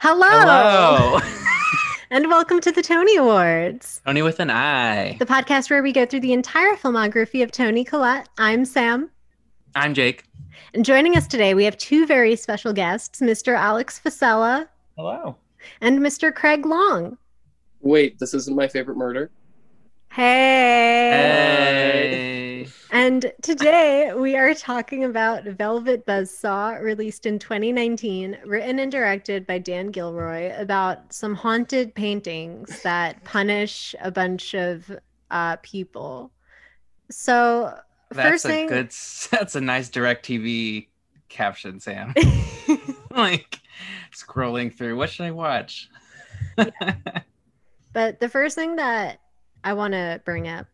Hello. Hello. And welcome to the Tony Awards, Tony with an I. the podcast where we go through the entire filmography of Tony Collette. I'm Sam. I'm Jake. And joining us today, we have two very special guests, Mr. Alex Fasella Hello. and Mr. Craig Long. Wait, this isn't my favorite murder. Hey. Hey. And today we are talking about Velvet Buzzsaw, released in 2019, written and directed by Dan Gilroy, about some haunted paintings that punish a bunch of uh, people. So, That's first thing, a good. s- That's a nice direct TV caption, Sam. like scrolling through. What should I watch? but the first thing that I want to bring up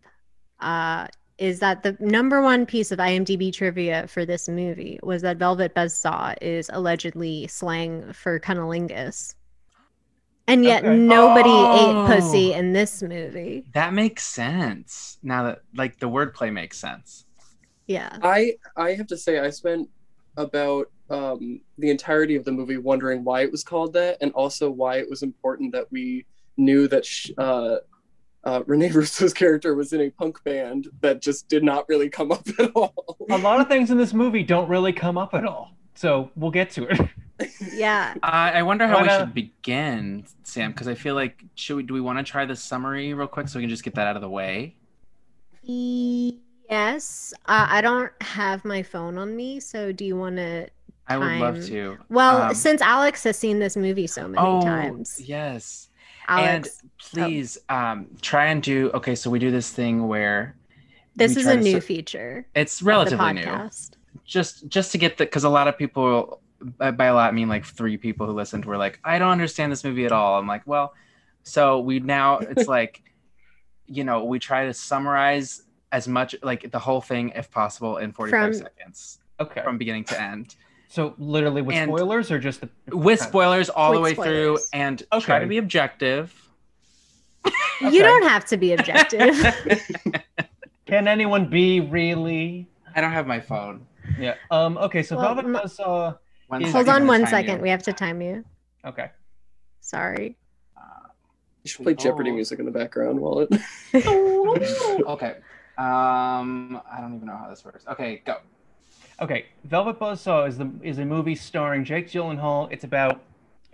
uh, is that the number one piece of IMDb trivia for this movie was that Velvet Buzzsaw is allegedly slang for cunnilingus. And yet Okay. nobody Oh. ate pussy in this movie. That makes sense. Now that like the wordplay makes sense. Yeah. I I have to say I spent about um, the entirety of the movie wondering why it was called that, and also why it was important that we knew that sh- uh, uh, Rene Russo's character was in a punk band that just did not really come up at all. A Um, lot of things in this movie don't really come up at all. So we'll get to it. Yeah. I I wonder how we Wanna- should begin, Sam, because I feel like should we, do we want to try the summary real quick so we can just get that out of the way? Yes. Uh, I don't have my phone on me. So do you want to? I would love Time. to. Well, Um, since Alex has seen this movie so many oh, times, yes. Alex, And please um, try and do okay. So we do this thing where this we is try a to new ser- feature. it's of the relatively new. podcast. Just just to get the because a lot of people by, by a lot I mean like three people who listened were like I don't understand this movie at all. I'm like well, so we now it's like you know we try to summarize as much like the whole thing if possible in 45 From- seconds Okay. from beginning to end So literally with And- spoilers or just the with spoilers all the way With through spoilers. and try Okay. to be objective. Okay. You don't have to be objective. Can anyone be really? I don't have my phone. Yeah. Um. Okay. So Well, Velvet m- Buzzsaw. One Hold Hold second, I'm on gonna one time you. second. We have to time you. Okay. Sorry. Uh, You should play Jeopardy Oh. music in the background while it. okay. Um, I don't even know how this works. Okay, go. Okay. Velvet Buzzsaw is the is a movie starring Jake Gyllenhaal. It's about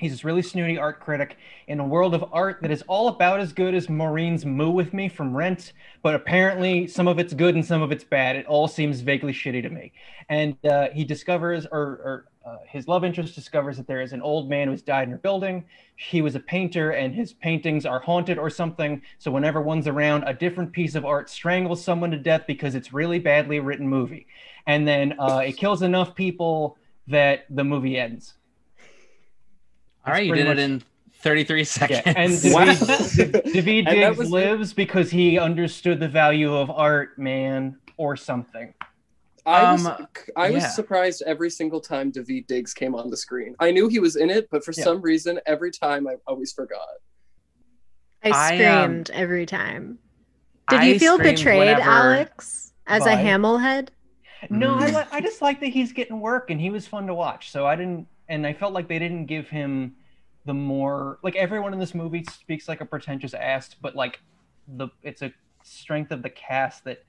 he's this really snooty art critic in a world of art that is all about as good as Maureen's "Moo with Me" from Rent, but apparently some of it's good and some of it's bad. It all seems vaguely shitty to me. And uh, he discovers, or, or uh, his love interest discovers that there is an old man who's died in her building. He was a painter, and his paintings are haunted or something. So whenever one's around, a different piece of art strangles someone to death because it's really badly written movie. And then uh, it kills enough people that the movie ends. All right, you pretty did it much- in 33 Yeah, seconds. and Wow. David, David And that Diggs was- lives because he understood the value of art, man, or something. I was, Um, I was yeah. surprised every single time David Diggs came on the screen. I knew he was in it, but for Yeah. some reason, every time I always forgot. I I, um, screamed every time. Did I you feel screamed betrayed, whenever- Alex, as a Bye. Hamill head? No, I, Mm. li- I just like that he's getting work and he was fun to watch. So I didn't, and I felt like they didn't give him the more like everyone in this movie speaks like a pretentious ass, but like the it's a strength of the cast that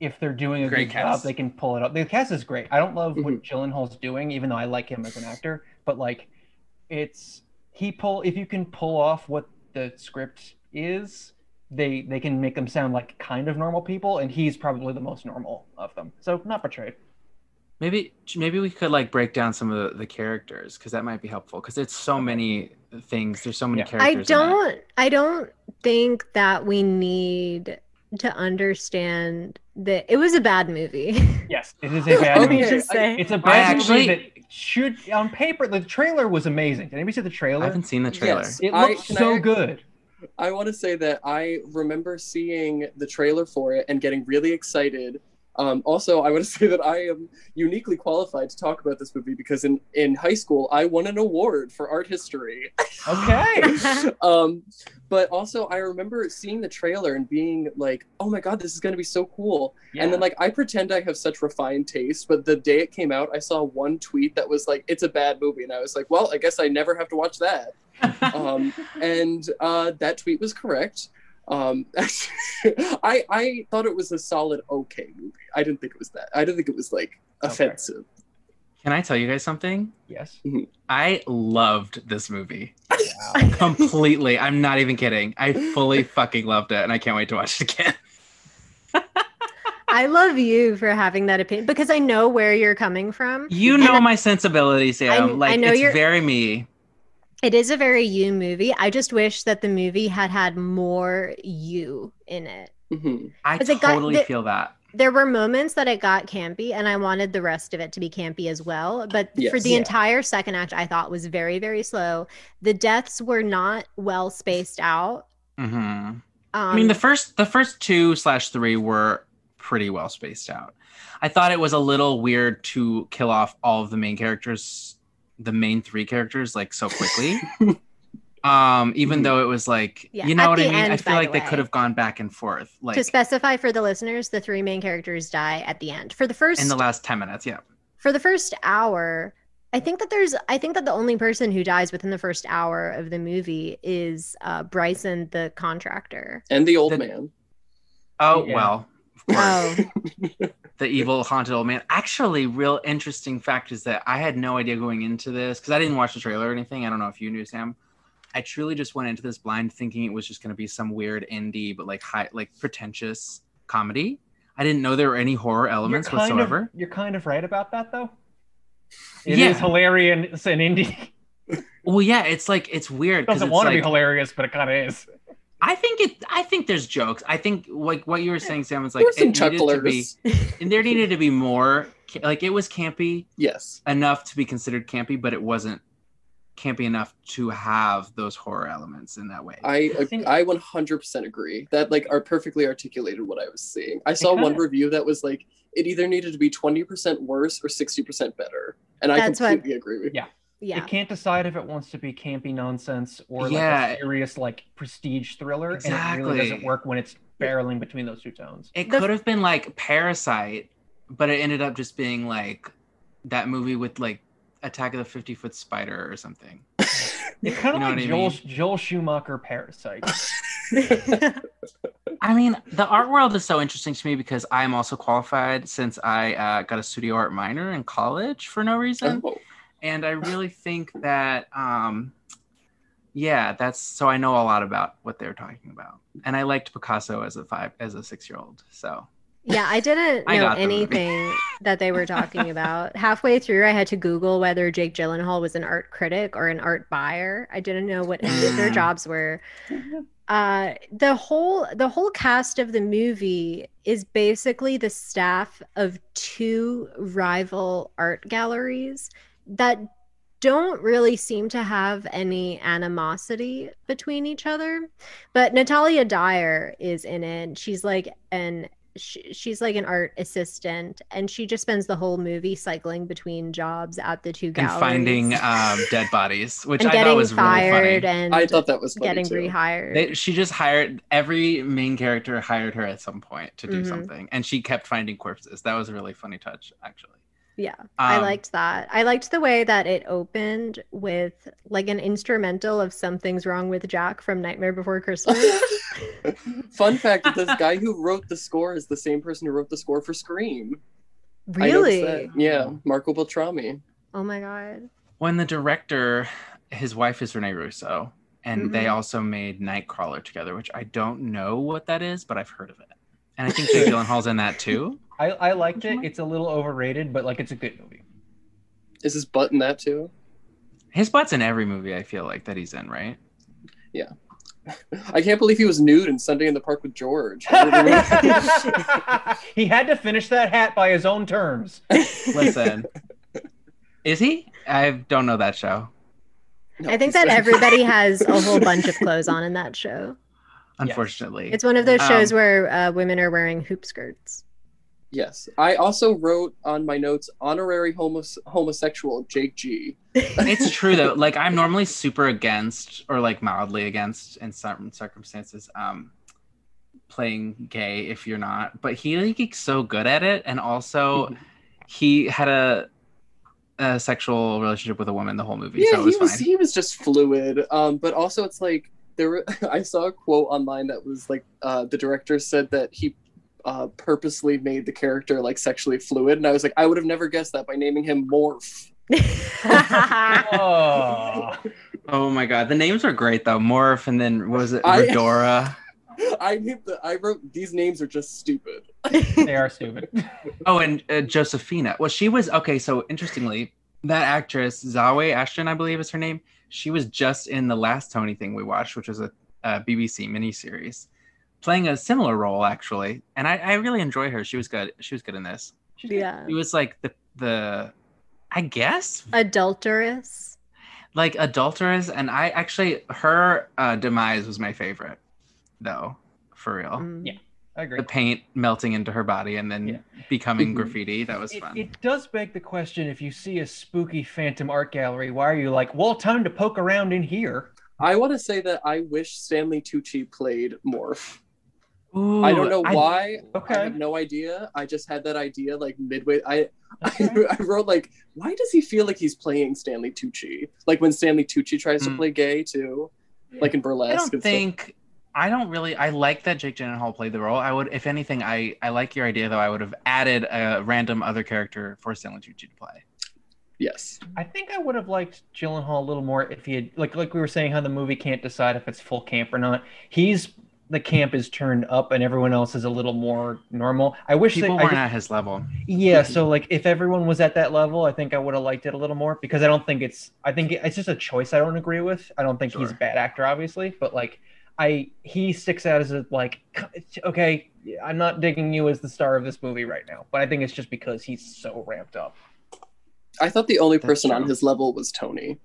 if they're doing a Great good cast. job, they can pull it up. The cast is great. I don't love what Mm-hmm. Gyllenhaal's doing, even though I like him as an actor, but like it's he pull if you can pull off what the script is they they can make them sound like kind of normal people and he's probably the most normal of them so not betrayed Maybe maybe we could like break down some of the, the characters because that might be helpful because it's so many things. There's so many Yeah. I I characters. in it. don't I don't think that we need to understand that it was a bad movie. Yes, it is a bad Let me Okay, movie. Oh, just I- say. It's a bad actually- movie that should, on paper, the trailer was amazing. Did anybody see the I trailer? haven't seen the trailer. Yes. It I- looks can I so act- good. I want to say that I remember seeing the trailer for it and getting really excited. Um, also, I want to say that I am uniquely qualified to talk about this movie because in, in high school, I won an award for art history. Okay. um, but also, I remember seeing the trailer and being like, oh my God, this is going to be so cool. And then, like, I pretend I have such refined taste, but the day it came out, I saw one tweet that was like, it's a bad movie. And I was like, well, I guess I never have to watch that. um, and uh, that tweet was correct. Um, I I thought it was a solid okay movie. I didn't think it was that. I didn't think it was like Okay. offensive. Can I tell you guys something? yes. I loved this movie Wow. completely. I'm not even kidding. I fully fucking loved it, and I can't wait to watch it again. I love you for having that opinion because I know where you're coming from. You And know my sensibility, Sam. I like know it's you're- very me. It is a very you movie. I just wish that the movie had had more you in it. hmm I 'Cause it got- totally the- feel that. There were moments that it got campy, and I wanted the rest of it to be campy as well. But for Yes. the Yeah. entire second act, I thought was very, very slow. The deaths were not well spaced out. hmm Um, I mean, the first the first two slash three were pretty well spaced out. I thought it was a little weird to kill off all of the main characters, the main three characters, like so quickly. um, even Mhm. though it was like, Yeah, you know at what I the mean? I end, feel by the like they could way. have gone back and forth, like to specify for the listeners, the three main characters die at the end. For the first, in the last ten minutes. Yeah. for the first hour i think that there's i think that the only person who dies within the first hour of the movie is uh, bryson the contractor And the old The- man. Oh Yeah. well. Of course. oh the evil haunted old man. Actually, real interesting fact is that I had no idea going into this because I didn't watch the trailer or anything. I don't know if you knew, Sam. I truly just went into this blind thinking it was just going to be some weird indie, but like high, like pretentious comedy. I didn't know there were any horror You're elements kind, of, whatsoever. you're kind of right about that, though. It is Yeah. hilarious and indie. Well, yeah, it's like it's weird because doesn't it's want to be like hilarious, but it kind of is. I think it. I think there's jokes. I think like what you were saying, Sam. It's like There's it some needed to be. chucklers. And there needed to be more. ca- Like it was campy. Yes. enough to be considered campy, but it wasn't campy enough to have those horror elements in that way. I I think- I 100% agree that like are perfectly articulated what I was seeing. I saw kinda- one review that was like it either needed to be 20% worse or 60% better, and I That's what- completely agree with Yeah. yeah It can't decide if it wants to be campy nonsense or Yeah. like a serious like prestige thriller, and it Exactly. really doesn't work when it's barreling between those two tones. it the- could have been like Parasite, but it ended up just being like that movie with like Attack of the 50 Foot Spider or something. It's kind of You know like what I Joel, mean? Joel Schumacher Parasite. I mean, the art world is so interesting to me because I'm also qualified since I uh, got a studio art minor in college for no reason. Oh, And I really think that, um, yeah, that's so I know a lot about what they're talking about. And I liked Picasso as a five, as a six year old. So yeah i didn't I know got the movie. anything that they were talking about halfway through i had to google whether jake gyllenhaal was an art critic or an art buyer i didn't know what any of their Mm. jobs were uh the whole the whole cast of the movie is basically the staff of two rival art galleries that don't really seem to have any animosity between each other but natalia dyer is in it she's like an she, she's like an art assistant and she just spends the whole movie cycling between jobs at the two and galleries finding um, dead bodies, which and I getting thought was fired really funny. and I thought that was funny getting too. rehired They, she just hired every main character hired her at some point to do Mhm. something, and she kept finding corpses. That was a really funny touch, actually. Yeah, Um, I liked that. I liked the way that it opened with like an instrumental of Something's Wrong with Jack from Nightmare Before Christmas. Fun fact: this guy who wrote the score is the same person who wrote the score for Scream. I noticed really? that. Yeah, Marco Beltrami. Oh my God. when the director, his wife is Renee Russo, and they also made Nightcrawler together, which I don't know what that is, but I've heard of it. And I think Jake Gyllenhaal's in that too. I, I liked Which it. one? It's a little overrated, but like it's a good movie. Is his butt in that too? His butt's in every movie I feel like that he's in, right? I can't believe he was nude in Sunday in the Park with George. I don't remember- he had to finish that hat by his own terms. Listen, is he? I don't know that show. No, I think he's that not. everybody has a whole bunch of clothes on in that show. Unfortunately, It's one of those Um, shows where uh, women are wearing hoop skirts. Yes. I also wrote on my notes honorary homos- homosexual Jake G. it's true though. Like I'm normally super against or like mildly against in certain circumstances um playing gay if you're not, but he like is so good at it and Mm-hmm. also he had a a sexual relationship with a woman the whole movie, yeah, so it was, he was fine. he was just fluid. Um, but also it's like there. Were, I saw a quote online that was like uh, the director said that he uh, purposely made the character like sexually fluid, and I was like, I would have never guessed that by naming him Morph. Oh. oh my god, the names were great though. Morph and then what was it I- Redora? I named the, I wrote these names are just stupid. they are stupid. Oh, and uh, Josephina. Well, she was okay. So interestingly, that actress Zawe Ashton, I believe is her name. She was just in the last Tony thing we watched, which was a, a BBC miniseries, playing a similar role actually. And I, I really enjoy her. She was good. She was good in this. She's good. yeah. She was like the the, I guess Adulterous. like adulteress. And I actually her uh, demise was my favorite, though, for real. Mm. Yeah. I agree. The paint melting into her body and then Yeah. becoming Mhm. graffiti. That was It, fun. it does beg the question if you see a spooky phantom art gallery, why are you like, well, time to poke around in here? I want to say that I wish Stanley Tucci played Morph. Ooh, I don't know why. I Okay. have no idea. I just had that idea like midway. I, I Okay. I wrote like, why does he feel like he's playing Stanley Tucci? Like when Stanley Tucci tries to Mm. play gay too, like in burlesque. I don't and stuff. think. I don't really. I like that Jake Gyllenhaal played the role. I would, if anything, I I like your idea though. I would have added a random other character for Stanley Tucci to play. Yes. I think I would have liked Gyllenhaal a little more if he had, like, like we were saying, how the movie can't decide if it's full camp or not. He's the camp is turned up and everyone else is a little more normal. I wish People they, I weren't just- at his level. yeah. So like, if everyone was at that level, I think I would have liked it a little more because I don't think it's. I think it's just a choice I don't agree with. I don't think he's a Sure. bad actor, obviously, but like, I he sticks out as a like, c- okay, I'm not digging you as the star of this movie right now, but I think it's just because he's so ramped up. I thought the only That's person on true. his level was Tony.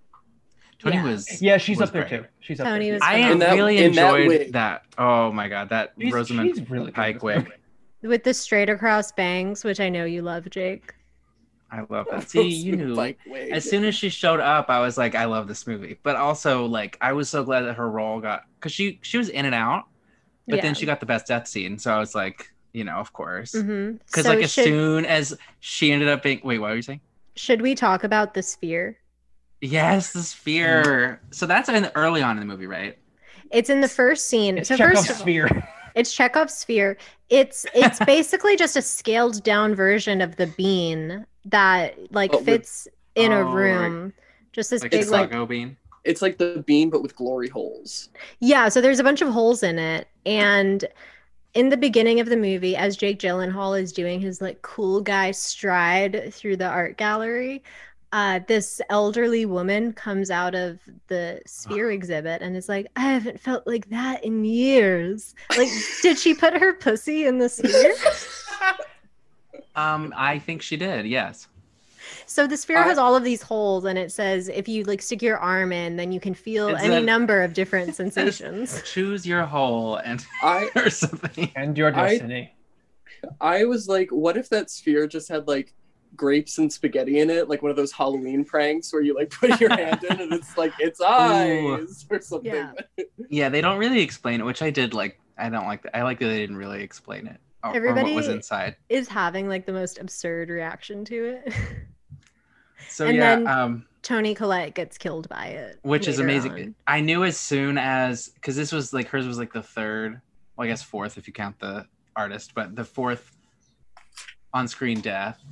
Tony Yeah. was. Yeah, she's Was up there great. too. She's up Tony there. was too. I In that- really in that enjoyed wig. that, Oh my god, that She's- Rosamund she's really good in Pike this wig. movie. With the straight across bangs, which I know you love, Jake. I love that. See, you knew. like wait. as soon as she showed up, I was like, I love this movie. But also, like, I was so glad that her role got because she she was in and out, but Yeah. then she got the best death scene. So I was like, you know, of course. Mm-hmm. Mhm. Because So like as should, soon as she ended up being wait, what were you saying? should we talk about the sphere? Yes, the sphere. So that's in early on in the movie, right? It's in the first scene. It's so Chekhov's first of all, sphere. it's Chekhov's sphere. It's it's basically just a scaled down version of the bean that like But with- fits in a Oh, right. room. Just this Like big like Chicago bean. it's like the bean but with glory holes. Yeah, so there's a bunch of holes in it. And in the beginning of the movie, as Jake Gyllenhaal is doing his like cool guy stride through the art gallery, uh, this elderly woman comes out of the sphere exhibit and is like, I haven't felt like that in years. Like, did she put her pussy in the sphere? Um, I think she did. Yes. So the sphere I- has all of these holes, and it says if you like stick your arm in, then you can feel It's any a- number of different sensations. Choose your hole and I or something. and your I- destiny. I was like, what if that sphere just had like grapes and spaghetti in it, like one of those Halloween pranks where you like put your hand in and it's like it's eyes or something. Yeah. Yeah, they don't really explain it, which I did like. I don't like that. I like that they didn't really explain it or, or what was Everybody- inside. is having like the most absurd reaction to it. So and yeah, then- um, Tony Collette gets killed by it, which is later amazing. on. I knew as soon as because this was like hers was like the third, well, I guess fourth if you count the artist, but the fourth on-screen death,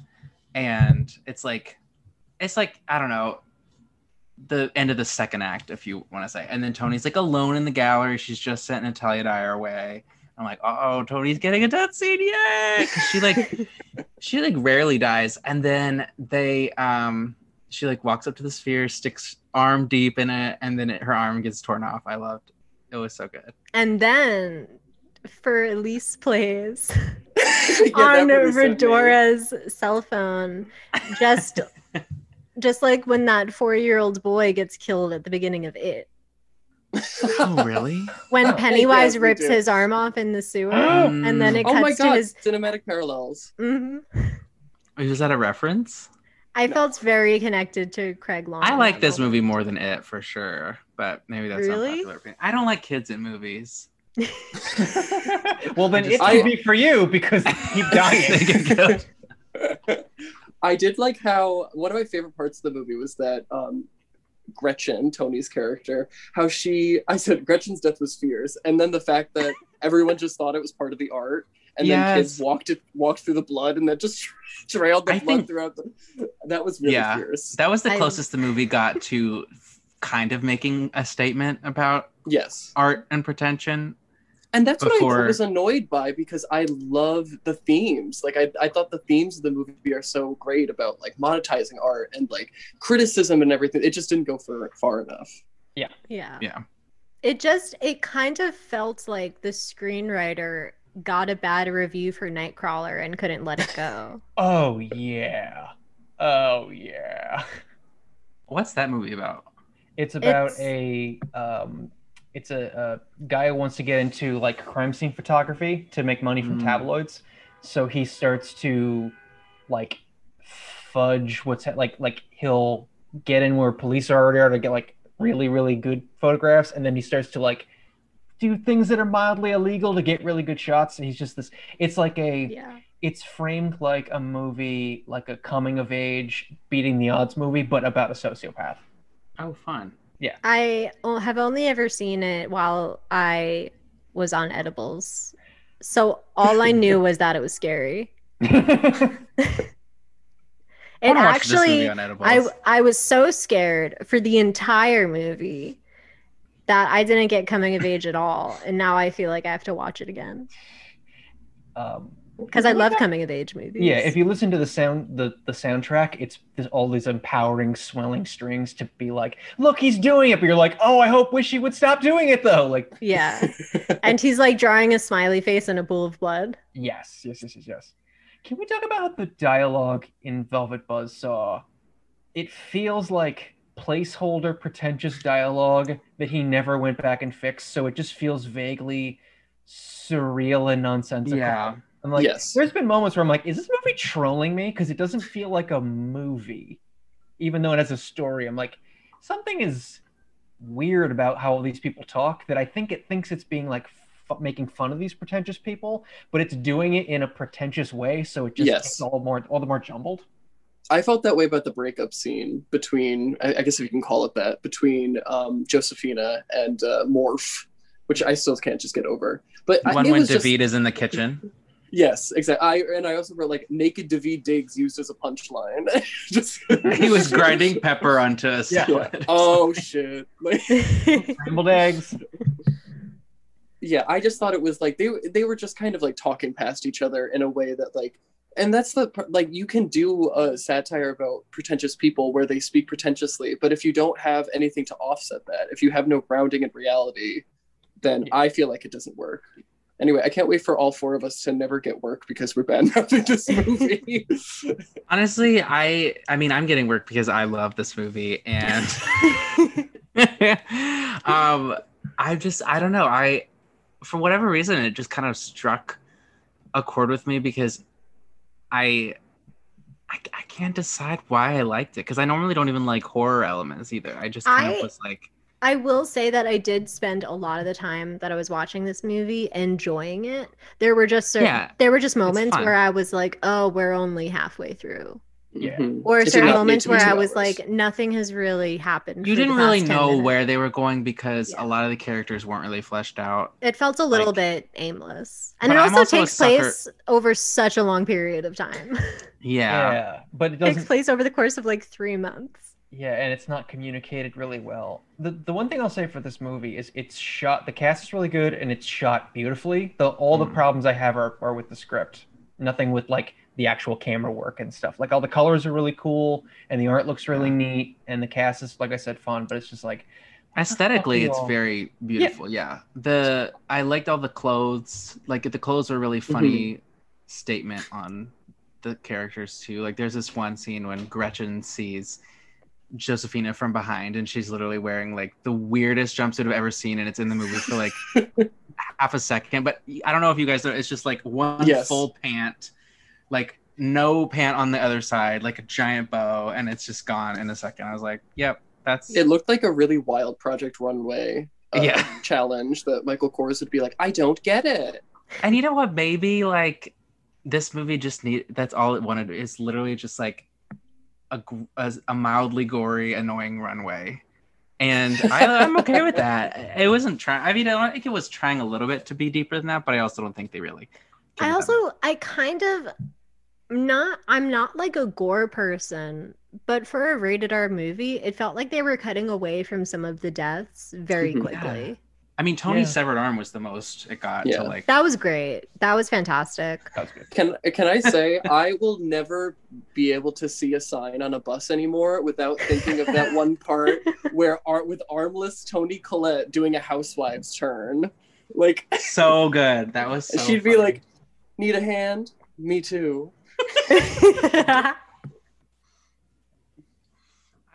and it's like, it's like I don't know, the end of the second act if you want to say, and then Tony's like alone in the gallery. She's just sent Natalia Dyer away. I'm like, oh, Tony's getting a death scene, yay! 'Cause she like, she like rarely dies, and then they um she like walks up to the sphere, sticks arm deep in it, and then it, her arm gets torn off. I loved. It was so good. And then for Elise plays Yeah, that on really sent me. Redora's cell phone, just just like when that four year old boy gets killed at the beginning of it. oh, really? when Pennywise Yes, we rips do. his arm off in the sewer, Oh, and then Mm. it oh my cuts to god, his. cinematic parallels. Mhm. is that a reference? I No. felt very connected to Craig Long. I like this movie more than it for sure, but maybe that's Really? unpopular opinion. I don't like kids in movies. well, then I just- it could be for you because they keep They dying. get killed. I did like how one of my favorite parts of the movie was that um, Gretchen, Tony's character, how she I said Gretchen's death was fierce, and then the fact that everyone just thought it was part of the art, and then kids Yes. walked it walked through the blood, and that just trailed the I blood think- throughout. The, that was really Yeah. fierce. That was the I- closest the movie got to kind of making a statement about Yes, art and pretension. and that's what I Before- was annoyed by because I love the themes. Like I, I thought the themes of the movie are so great about like monetizing art and like criticism and everything. It just didn't go for far enough. Yeah. Yeah. It just it kind of felt like the screenwriter got a bad review for Nightcrawler and couldn't let it go. oh yeah. Oh yeah. What's that movie about? It's about It's- a um, it's a, a guy who wants to get into like crime scene photography to make money from Mm. tabloids. So he starts to like fudge what's ha- like like he'll get in where police are already are to get like really really good photographs, and then he starts to like do things that are mildly illegal to get really good shots. And he's just this. It's like a yeah. it's framed like a movie like a coming of age beating the odds movie, but about a sociopath. Oh, fun. I o- have only ever seen it while I was on edibles. So all I knew was that it was scary. I It wanna watch this movie actually on edibles. I I was so scared for the entire movie that I didn't get coming of age at all and now I feel like I have to watch it again um cuz I love coming of age movies. yeah if you listen to the sound the the soundtrack it's there's all these empowering swelling strings to be like look he's doing it but you're like oh i hope wish he would stop doing it though like Yeah. and he's like drawing a smiley face in a pool of blood. yes yes yes yes yes can we talk about the dialogue in velvet buzzsaw it feels like placeholder pretentious dialogue that he never went back and fixed so it just feels vaguely surreal and nonsensical yeah. i'm like yes. There's been moments where I'm like, is this movie trolling me? Because it doesn't feel like a movie, even though it has a story. I'm like, something is weird about how all these people talk that I think it thinks it's being like f- making fun of these pretentious people, but it's doing it in a pretentious way, so it just Yes. gets all more all the more jumbled. I felt that way about the breakup scene between, I, I guess if you can call it that, between um, Josephina and uh, Morph, which I still can't just get over. But I, One it when was just- David is in the kitchen. yes, exactly. I and I also wrote like naked David Diggs used as a punchline. just he was grinding pepper onto a Yeah. salad. or Oh shit! Like, Scrambled eggs. yeah, I just thought it was like they they were just kind of like talking past each other in a way that like. And that's the part- like you can do a satire about pretentious people where they speak pretentiously, but if you don't have anything to offset that, if you have no grounding in reality, then I feel like it doesn't work. Anyway, I can't wait for all four of us to never get work because we're bad enough in this movie. honestly i i mean i'm getting work because i love this movie and um i just i don't know i for whatever reason it just kind of struck a chord with me because i i, I can't decide why i liked it because i normally don't even like horror elements either i just kind I- of was like I will say that I did spend a lot of the time that I was watching this movie enjoying it. There were just certain, Yeah, there were just moments fun. where I was like, "Oh, we're only halfway through," Yeah. Mhm. or It did certain not need moments to be where two I was hours. like, "Nothing has really happened." you for the didn't really past 10 know minutes. where they were going because Yeah. a lot of the characters weren't really fleshed out it felt a little like- bit aimless, and it But I'm also, also a takes sucker- place over such a long period of time. yeah, Yeah. but it it takes doesn't. place over the course of like three months. Yeah, and it's not communicated really well. The the one thing I'll say for this movie is it's shot. The cast is really good, and it's shot beautifully. The all the Mhm. problems I have are, are with the script. Nothing with like the actual camera work and stuff. Like all the colors are really cool, and the art looks really neat, and the cast is like I said, fun. But it's just like aesthetically it's Well- very beautiful yeah. the i liked all the clothes like the clothes were a really funny statement on the characters too like there's this one scene when gretchen sees Josephina from behind, and she's literally wearing like the weirdest jumpsuit I've ever seen, and it's in the movie for like half a second. But I don't know if you guys know, it's just like one Yes. full pant, like no pant on the other side, like a giant bow, and it's just gone in a second. I was like, yep, that's It looked like a really wild Project Runway uh, Yeah. challenge that Michael Kors would be like, I don't get it. And you know what? Maybe like this movie just need that's all it wanted. It's literally just like a, gr- a, a mildly gory, annoying runway. And I, I'm okay with that. It wasn't trying. I mean, I don't think it was trying a little bit to be deeper than that, but I also don't think they really. gave it I that also I kind of not I'm not like a gore person, but for a rated R movie, it felt like they were cutting away from some of the deaths very Mhm. quickly. I mean, Tony's Yeah. severed arm was the most it got Yeah. to like. That was great. That was fantastic. That was good. Can can I say I will never be able to see a sign on a bus anymore without thinking of that one part where art with armless Tony Collette doing a housewife's turn. Like so good. That was. So she'd be funny. like, "Need a hand? Me too." I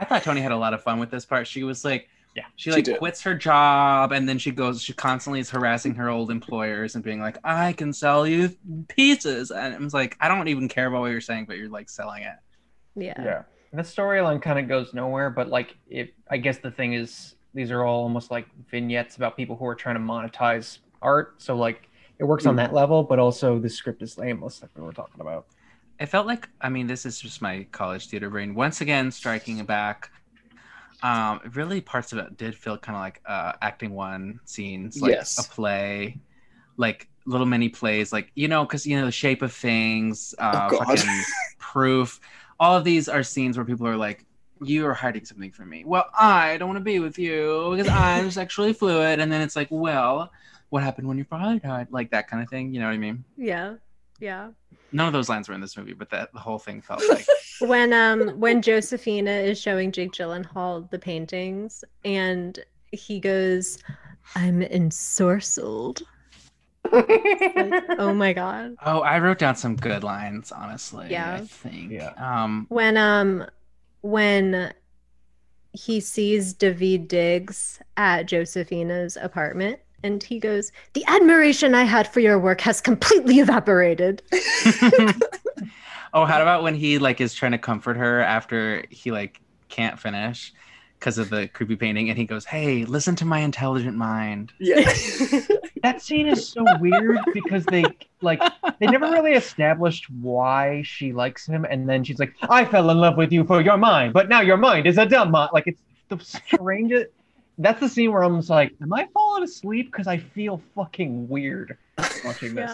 thought Tony had a lot of fun with this part. She was like, Yeah, she she like did. quits her job and then she goes, she constantly is harassing her old employers and being like, I can sell you pizzas. And I was like, I don't even care about what you're saying, but you're like selling it. yeah. Yeah. And the storyline kind of goes nowhere, but like it I guess the thing is these are all almost like vignettes about people who are trying to monetize art. So like it works on Mm. that level, but also the script is aimless, like we were talking about. It felt like, I mean, this is just my college theater brain once again striking back. Um, really, parts of it did feel kind of like uh, acting one scenes, like Yes. a play, like little mini plays, like you know, because you know, the shape of things, uh, Oh, God. fucking proof. All of these are scenes where people are like, "You are hiding something from me." Well, I don't want to be with you because I'm sexually fluid, and then it's like, "Well, what happened when your father died?" Like that kind of thing. You know what I mean? Yeah. Yeah. None of those lines were in this movie, but that the whole thing felt like. When um when Josephina is showing Jake Gyllenhaal the paintings and he goes, I'm ensorcelled. Like, oh my god. Oh, I wrote down some good lines, honestly. I Yeah. think. Yeah. Um, when um when he sees David Diggs at Josephina's apartment and he goes, The admiration I had for your work has completely evaporated. oh, how about when he like is trying to comfort her after he like can't finish because of the creepy painting, and he goes, "Hey, listen to my intelligent mind." Yeah. That scene is so weird because they like they never really established why she likes him, and then she's like, "I fell in love with you for your mind, but now your mind is a dumb mind." Like it's the strangest. That's the scene where I'm just like, "Am I falling asleep?" Because I feel fucking weird watching this.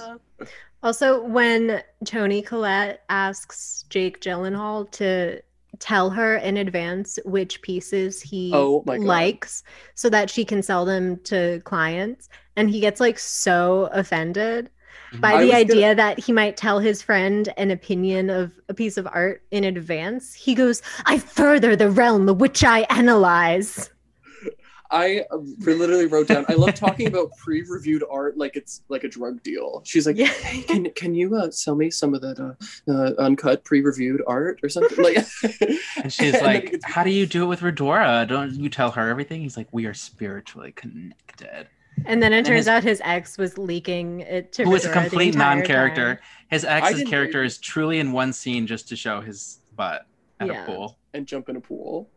Also, when Tony Collette asks Jake Gyllenhaal to tell her in advance which pieces he Oh my God. likes so that she can sell them to clients, and he gets like so offended by Mm-hmm. I was the gonna- idea that he might tell his friend an opinion of a piece of art in advance. He goes, I further the realm which I analyze. I uh, literally wrote down. I love talking about pre-reviewed art like it's like a drug deal. She's like, Yeah. "Hey, can can you uh, sell me some of that uh, uh, uncut pre-reviewed art or something?" Like, And she's And then like, he gets- "How do you do it with Redora? Don't you tell her everything?" He's like, "We are spiritually connected." And then it And turns his- out his ex was leaking it to Who is a Fedora the complete entire non-character. time. His I ex's didn't- character is truly in one scene just to show his butt at Yeah. a pool. and jump in a pool.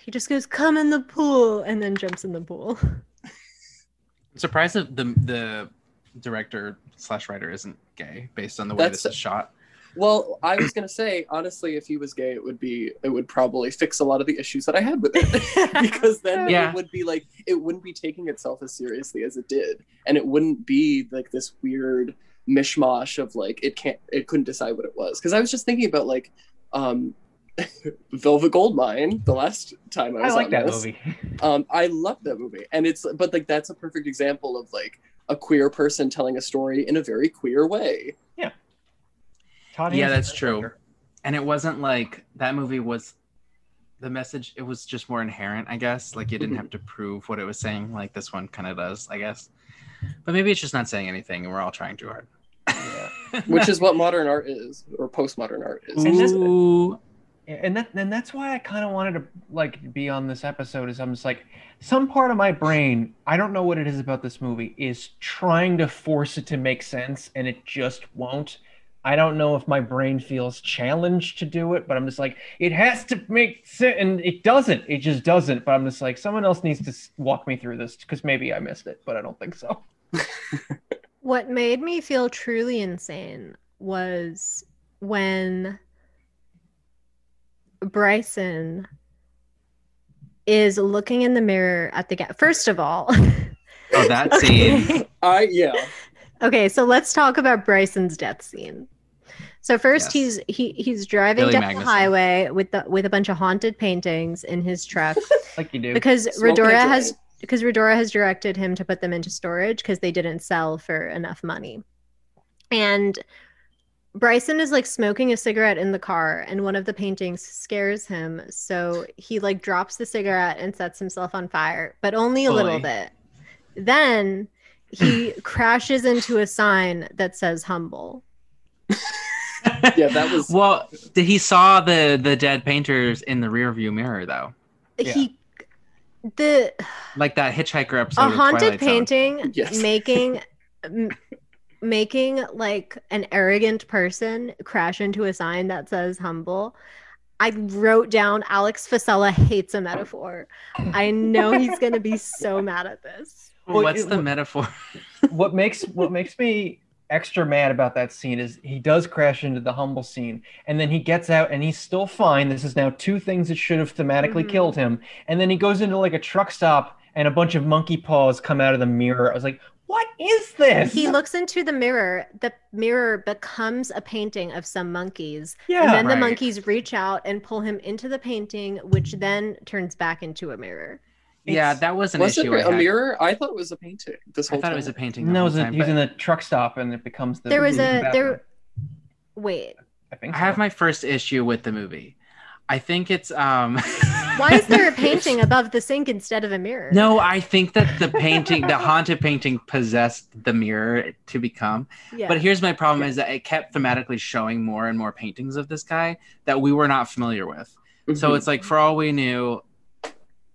He just goes, Come in the pool, and then jumps in the pool. I'm surprised that the the director slash writer isn't gay based on the way That's- this is shot. Well, I was gonna say honestly, if he was gay, it would be it would probably fix a lot of the issues that I had with it because then Yeah. it would be like it wouldn't be taking itself as seriously as it did, and it wouldn't be like this weird mishmash of like it can't it couldn't decide what it was because I was just thinking about like um Velvet Goldmine the last time I I was like on that this. movie. Um, I love that movie, and it's but like that's a perfect example of like a queer person telling a story in a very queer way. Todd Yeah, Haynes- that's true. And it wasn't like that movie was the message. It was just more inherent, I guess. Like you didn't Mhm. have to prove what it was saying. Like this one kind of does, I guess. But maybe it's just not saying anything, and we're all trying too hard. Yeah. which is what modern art is or postmodern art is And this- Ooh, and that and that's why I kind of wanted to like be on this episode is I'm just like some part of my brain I don't know what it is about this movie is trying to force it to make sense and it just won't. I don't know if my brain feels challenged to do it, but I'm just like it has to make sense and it doesn't. It just doesn't. But I'm just like someone else needs to s- walk me through this because maybe I missed it, but I don't think so. What made me feel truly insane was when Bryson is looking in the mirror at the guy. First of all, Oh, that scene. okay. I yeah. okay, so let's talk about Bryson's death scene. So first Yes. he's he he's driving Billy down Magnuson. the highway with the with a bunch of haunted paintings in his truck Like you do. because Smoking Redora and has because Redora has directed him to put them into storage because they didn't sell for enough money. And Bryson is like smoking a cigarette in the car, and one of the paintings scares him. So he like drops the cigarette and sets himself on fire, but only a little Fully. bit. Then he crashes into a sign that says humble. Yeah, that was- Well, th- he saw the the dead painters in the rearview mirror though, Yeah. He the like that hitchhiker episode. a of haunted Twilight Zone. painting Yes. making m- making like an arrogant person crash into a sign that says humble i wrote down alex Fasella hates a metaphor i know he's gonna be so mad at this Well, What's it- the metaphor? what makes what makes me extra mad about that scene is he does crash into the humble scene and then he gets out and he's still fine this is now two things that should have thematically Mhm. killed him and then he goes into like a truck stop and a bunch of monkey paws come out of the mirror i was like what is this he looks into the mirror the mirror becomes a painting of some monkeys and yeah then the Right. monkeys reach out and pull him into the painting which then turns back into a mirror yeah, It's- that was an Was it issue. I a had. mirror? I thought it was a painting. I This whole thought it time. was a painting. the no whole it was a- time, he's but in the truck stop and it becomes the There was the a- bathroom. there- wait i think I so. have my first issue with the movie. I think it's um. Why is there a painting above the sink instead of a mirror? No, I think that the painting, the haunted painting, possessed the mirror to become. Yeah. But here's my problem is that it kept thematically showing more and more paintings of this guy that we were not familiar with. So Mm-hmm. Mhm. it's like for all we knew,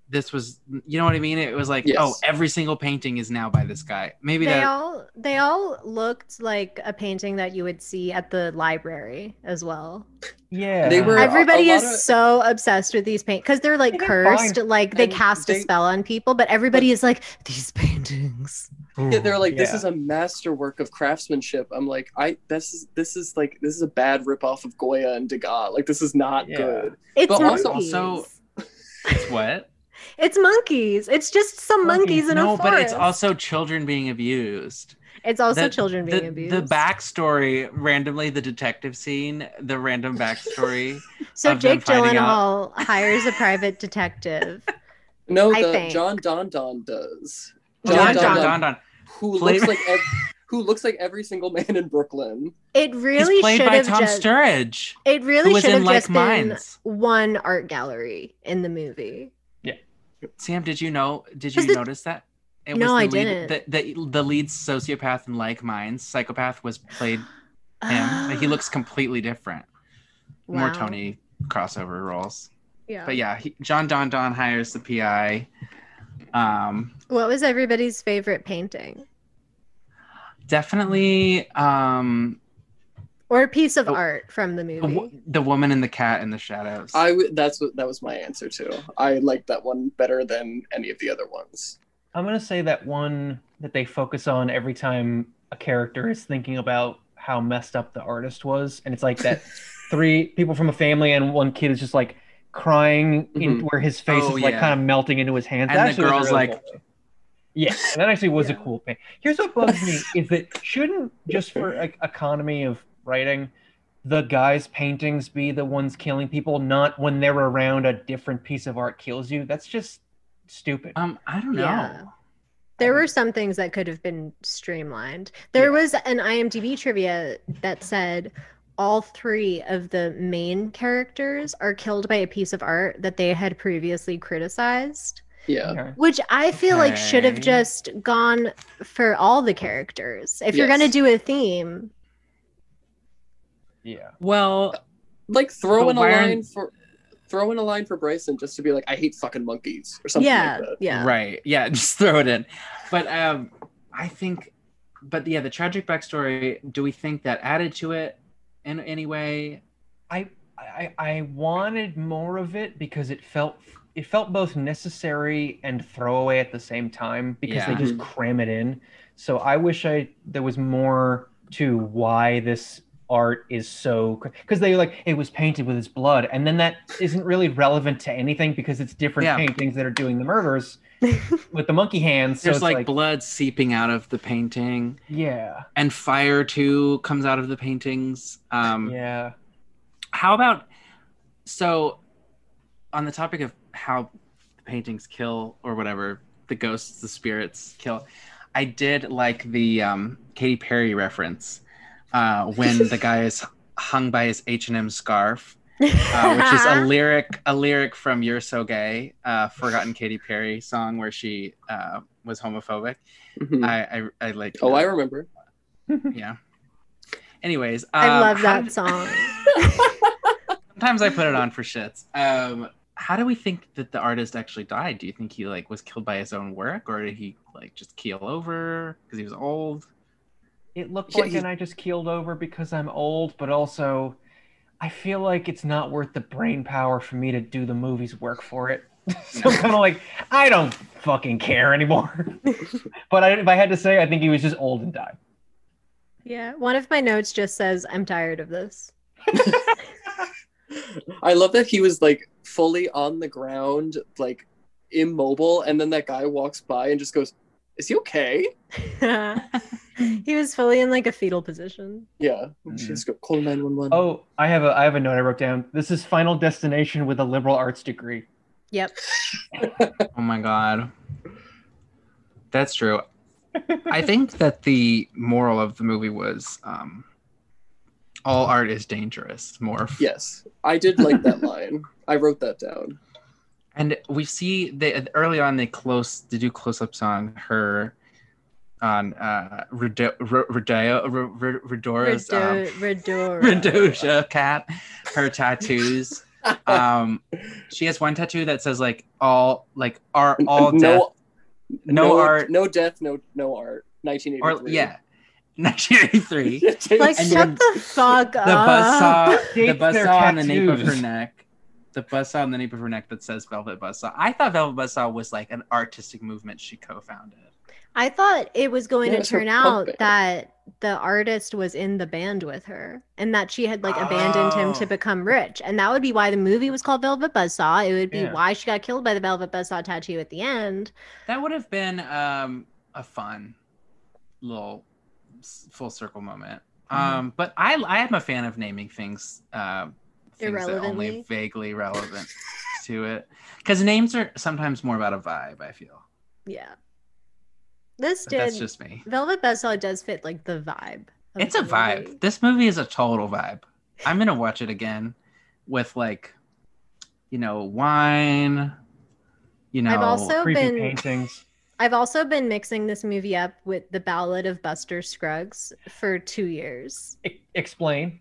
this was you know what I mean? It was like, Yes. oh, every single painting is now by this guy. Maybe they that all they all looked like a painting that you would see at the library as well. yeah They were- a- Everybody a is lot of- so obsessed with these paint because they're like They're cursed, like they And cast a they- spell on people. But everybody is like these paintings. Yeah, they're like, this Yeah. is a masterwork of craftsmanship. I'm like, I this is this is like this is a bad ripoff of Goya and Degas. Like this is not Yeah. good. It's But monkeys. also- also- it's what? It's monkeys. It's just some monkeys, Monkeys. in no, a forest. but it's also children being abused. it's also the- children being The, abused. the backstory, randomly the detective scene, the random backstory. so of them Jake finding Gyllenhaal hires a private detective. No, I the think. John Don Don does. John John, Don, Don. Don, Don. Who Play- looks like ev- who looks like every single man in Brooklyn. It really He's played should by have Tom just Sturridge. It who really was should in have Like just been Mines. one art gallery in the movie. Sam, did you know? Did you Was the- notice that? It No, I the lead, didn't. The, the, the lead sociopath in Like Minds, psychopath, was played him. Like, he looks completely different. More Wow. Tony crossover roles. Yeah. But yeah, he, John Don Don hires the PI. Um, What was everybody's favorite painting definitely um, or piece of The- art from the the, wo- movie? the woman and the cat in the shadows. I w- that's what that was my answer to. I liked that one better than any of the other ones. I'm gonna say that one that they focus on every time a character is thinking about how messed up the artist was, and it's like that three people from a family and one kid is just like crying in where his face Oh, is like yeah. kind of melting into his hands. And That the actually was a girl's really like- cool thing. yeah, and that actually was Yeah. a cool thing. Here's what bugs me is that shouldn't just for like economy of writing, the guys' paintings be the ones killing people, not when they're around a different piece of art kills you. That's just stupid. um, I don't know. Yeah. There were some things that could have been streamlined. There was an IMDb trivia that said all three of the main characters are killed by a piece of art that they had previously criticized. Yeah. Okay. Which I feel like should have Okay. just gone for all the characters. If you're Yes. gonna do a theme, Yeah. Well, Like throw But in a why line aren't- for throw in a line for Bryson just to be like, I hate fucking monkeys or something yeah, like that. yeah. Right. Yeah, just throw it in. But um I think but yeah, the tragic backstory, do we think that added to it in any way? I, I I wanted more of it because it felt it felt both necessary and throwaway at the same time because Yeah. they just cram it in. So I wish I there was more to why this art is so because they like it was painted with his blood and then that isn't really relevant to anything because it's different Yeah. paintings that are doing the murders with the monkey hands. So There's it's like, like blood seeping out of the painting yeah, and fire too comes out of the paintings. Um yeah. how about so on the topic of how paintings kill or whatever the ghosts the spirits kill i did like the um katy perry reference uh when the guy is hung by his h&m scarf uh, which is Uh-huh. a lyric a lyric from you're so gay uh forgotten katy perry song where she uh was homophobic Mm. Mhm. i i, I like oh, I remember. yeah anyways I um, love how that did- song. Sometimes I put it on for shits. Um, how do we think that the artist actually died? Do you think he like was killed by his own work, or did he like just keel over because he was old? It looked Yeah, like he- and I just keeled over because I'm old, but also I feel like it's not worth the brain power for me to do the movie's work for it. so I'm kind of like, I don't fucking care anymore. but I, if I had to say, I think he was just old and died. yeah. One of my notes just says, I'm tired of this. I love that he was like fully on the ground, like immobile, and then that guy walks by and just goes, "Is he okay?" he was fully in like a fetal position. Yeah, Mm-hmm. she just go call nine one one. Oh, I have a I have a note I wrote down. This is Final Destination with a liberal arts degree. Yep. Oh my god, that's true. I think that the moral of the movie was um, all art is dangerous. Morph. Yes, I did like that line. I wrote that down. And we see they early on they close they do close ups on her on uh Rodo- Ro- Rodeo Ro- Ro- Rodora's um, Redo- Redora. Mendoza cat, her tattoos. um, she has one tattoo that says like all like are all death, no, no, art no death, no no art. Nineteen eighty or three. yeah, 1983. the Like, And shut the fuck buzz up. saw, the Ah, Dates buzz their saw on the nape of her tattoos. neck. The buzz saw on the nape of her neck that says Velvet Buzzsaw. I thought Velvet Buzzsaw was like an artistic movement she co-founded. I thought it was going Yeah, to it's her turn punk out band. that the artist was in the band with her and that she had like abandoned him to Oh. become rich. And that would be why the movie was called Velvet Buzzsaw. It would be Yeah. why she got killed by the Velvet Buzzsaw tattoo at the end. That would have been um, a fun little s- full circle moment. Mm-hmm. Um, but I, I am a fan of naming things, uh, things that only Irrelevantly. vaguely relevant to it, because names are sometimes more about a vibe. I feel Yeah. This But did that's just me. Velvet Buzzsaw does fit like the vibe. of It's a the vibe. movie. This movie is a total vibe. I'm gonna watch it again with like, you know, wine. You know, I've also Creepy been paintings. I've also been mixing this movie up with the Ballad of Buster Scruggs for two years. E- explain.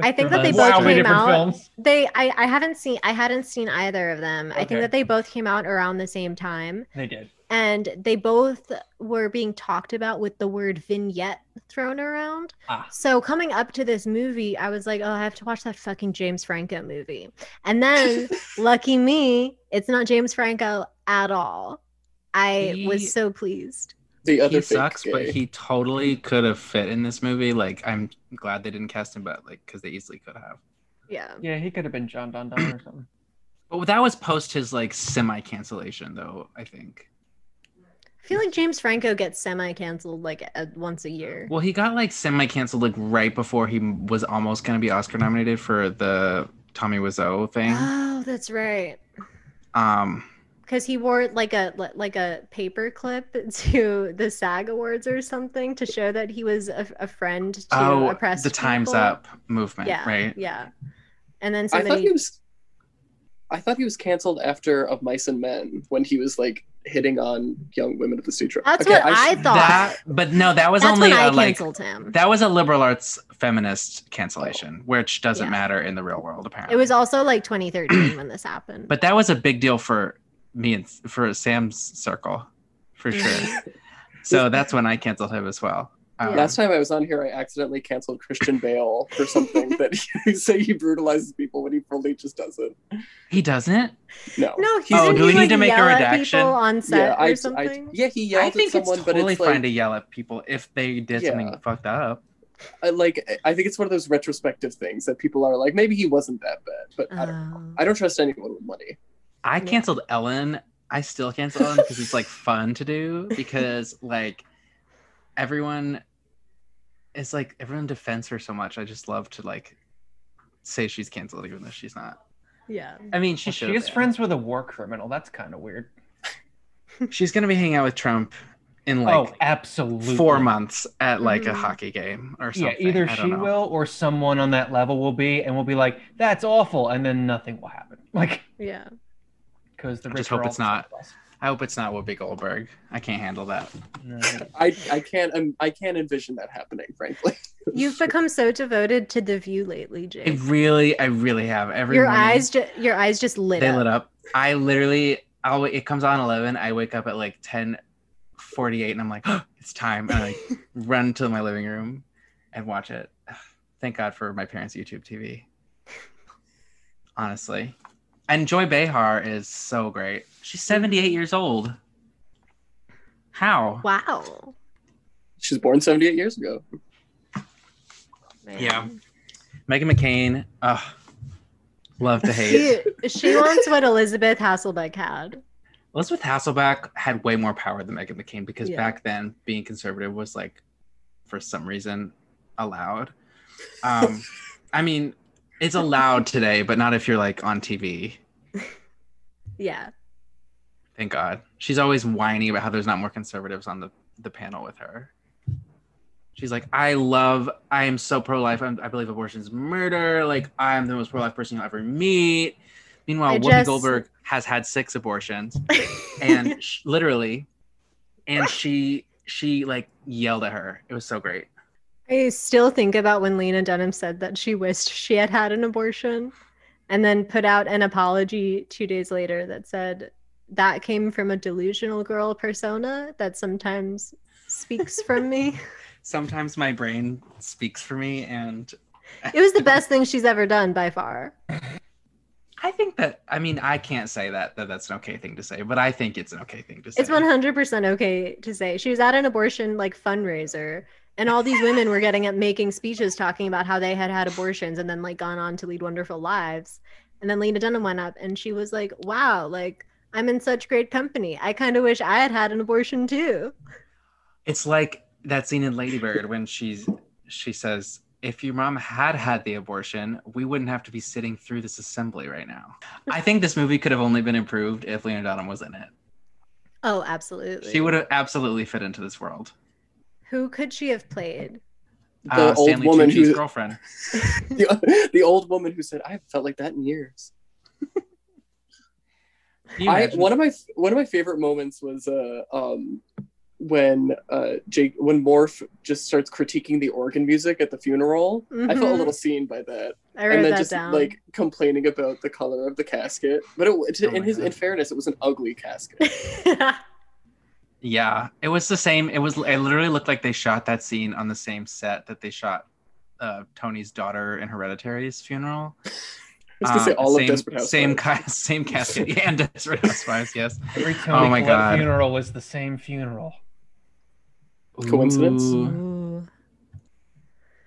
I think that they both Wildly came different out- films. They I, I haven't seen I hadn't seen either of them. I Okay. think that they both came out around the same time They did. and they both were being talked about with the word vignette thrown around. Ah. So coming up to this movie, I was like, "Oh, I have to watch that fucking James Franco movie." And then lucky me, it's not James Franco at all. I He- was so pleased. The other he fake sucks, but gay. he totally could have fit in this movie. Like, I'm glad they didn't cast him, but like, because they easily could have. Yeah. Yeah, he could have been John Don Don or something. But that was post his like semi cancellation, though. I think. I feel like James Franco gets semi-canceled like a, once a year. Well, he got like semi canceled like right before he was almost gonna be Oscar nominated for the Tommy Wiseau thing. Oh, that's right. Um, Because he wore like a li- like a paper clip to the SAG Awards or something to show that he was a, a friend to oh, oppressed. the Time's people. Up movement, Yeah, right? yeah. And then I thought somebody. he was. I thought he was canceled after Of Mice and Men when he was like hitting on young women at the Sutra. That's Okay, what I- I, thought. That, but no, that was That's only when I a, like canceled him. that was a liberal arts feminist cancellation, which doesn't Yeah. matter in the real world apparently. it was also like 2013 when this happened. but that was a big deal for me and for Sam's circle, for Mm. sure. so that's when I canceled him as well. Um, Last time I was on here, I accidentally canceled Christian Bale for something that you say he brutalizes people when he fully just doesn't. he doesn't. No. no, he Oh, didn't do we he, need like, to make a yell at redaction? people on set yeah, or I, I, something? yeah, he yelled I think at someone, it's but totally it's like, fine to yell at people if they did Yeah. something fucked up. I, like I think it's one of those retrospective things that people are like, maybe he wasn't that bad, but I, don't, Oh. I don't trust anyone with money. I Yeah. canceled Ellen. I still cancel Ellen because it's like fun to do because like everyone is like everyone defends her so much. I just love to like say she's canceled even though she's not. Oh, yeah. I mean, she Well, should. she is friends with a war criminal. That's kind of weird. She's gonna be hanging out with Trump in like oh, absolutely. four months at like a Mhm. hockey game or Yeah, something. either I don't she know. will or someone on that level will be, and will be like, "That's awful," and then nothing will happen. Like, Yeah. because the I rich just are hope all it's not. the same I hope it's not Whoopi Goldberg. I can't handle that. class. No. I, I can't um, I can't envision that happening, frankly. You've become so devoted to the view lately, I Jake. really, I really have. Every Your morning- eyes ju- your eyes just lit they up. lit up i literally i'll wa- it comes on 11 i wake up at like 10 48 and i'm like it's time and i like run to my living room and watch it thank god for my parents youtube tv honestly and joy behar is so great she's 78 years old how Wow. She's born 78 years ago. Yeah. megan mccain ugh, love to hate She, she wants what Elizabeth Hasselbeck had. Elizabeth Hasselback had way more power than Megan McCain because Yeah. back then being conservative was like, for some reason, allowed. Um, I mean, it's allowed today, but not if you're like on TV. Yeah. Thank God. She's always whiny about how there's not more conservatives on the, the panel with her. She's like, I love, I am so pro life. I believe abortion is murder. Like, I'm the most pro life person you'll ever meet. Meanwhile, I Whoopi just- Goldberg has had six abortions and sh- literally and she she like yelled at her it was so great I still think about when Lena Dunham said that she wished she had had an abortion and then put out an apology two days later that said that came from a delusional girl persona that sometimes speaks from me. sometimes my brain speaks for me and It was the best thing she's ever done by far. i think that i mean i can't say that, that that's an okay thing to say but i think it's an okay thing to say It's 100% okay to say. She was at an abortion like fundraiser and all these women were getting up making speeches talking about how they had had abortions and then like gone on to lead wonderful lives. And then Lena Dunham went up and she was like, "Wow, like I'm in such great company. I kind of wish I had had an abortion too." it's like that scene in ladybird when she's she says if your mom had had the abortion we wouldn't have to be sitting through this assembly right now i think this movie could have only been improved if lena dunham was in it Oh, absolutely. she would have absolutely fit into this world Who could she have played? The uh, old stanley woman tucci's who- girlfriend The, the old woman who said, I haven't felt like that in years. Can you I imagine? one of my one of my favorite moments was uh um when uh Jake when Morph just starts critiquing the organ music at the funeral. I felt a Mhm. little seen by that, I wrote and then that just down. like complaining about the color of the casket. But it, Oh to, in my his God. in fairness, it was an ugly casket. Yeah, it was the same. It was. It literally looked like they shot that scene on the same set that they shot uh, Tony's daughter in Hereditary's funeral. I was gonna say Um, all same, of Desperate Housewives. Same, ca- same casket. Yeah, and Desperate Housewives. Yes. Every Tony Oh my Collette God. funeral is the same funeral. Coincidence? Ooh, Ooh,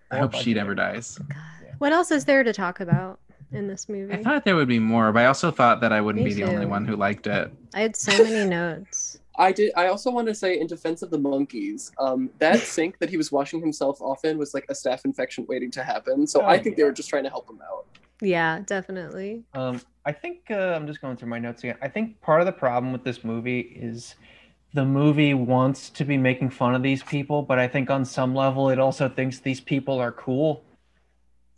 I hope she never dies. God. What else is there to talk about in this movie? I thought there would be more, but I also thought that I wouldn't Me be the only too. one who liked it. I had so many notes. I did. I also want to say, in defense of the monkeys, um, that sink that he was washing himself off in was like a staph infection waiting to happen. So Oh, I think they yeah. were just trying to help him out. Yeah, definitely. Um, I think uh, I'm just going through my notes again. I think part of the problem with this movie is the movie wants to be making fun of these people, but I think on some level it also thinks these people are cool,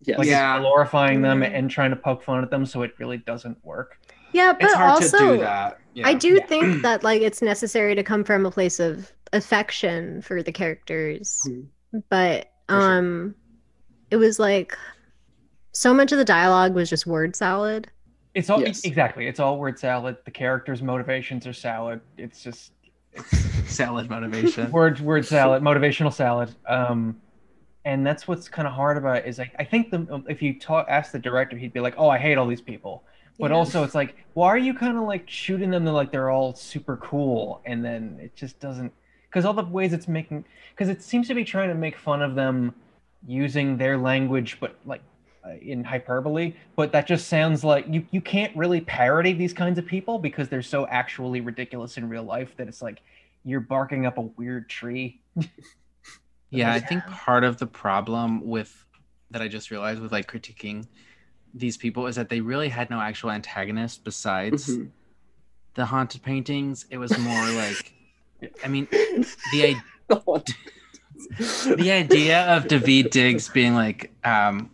Yes. like it's Yeah. glorifying them Mhm. and trying to poke fun at them, so it really doesn't work. Yeah, but it's hard also to do that. Yeah. I do Yeah. think that like it's necessary to come from a place of affection for the characters. Mhm. But sure. um it was like so much of the dialogue was just word salad. It's all Yes. exactly. It's all word salad. The characters' motivations are salad. It's just salad motivation. word word salad, motivational salad. Um, and that's what's kind of hard about it is like I think the if you talk ask the director, he'd be like, "Oh, I hate all these people." But Yeah. also, it's like, why are you kind of like shooting them to like they're all super cool, and then it just doesn't because all the ways it's making because it seems to be trying to make fun of them using their language, but like uh, in hyperbole. But that just sounds like you you can't really parody these kinds of people because they're so actually ridiculous in real life that it's like you're barking up a weird tree. Yeah, I Yeah. think part of the problem with that I just realized with like critiquing these people is that they really had no actual antagonist besides Mhm. the haunted paintings. It was more like, I mean, the idea. the idea of David Diggs being like um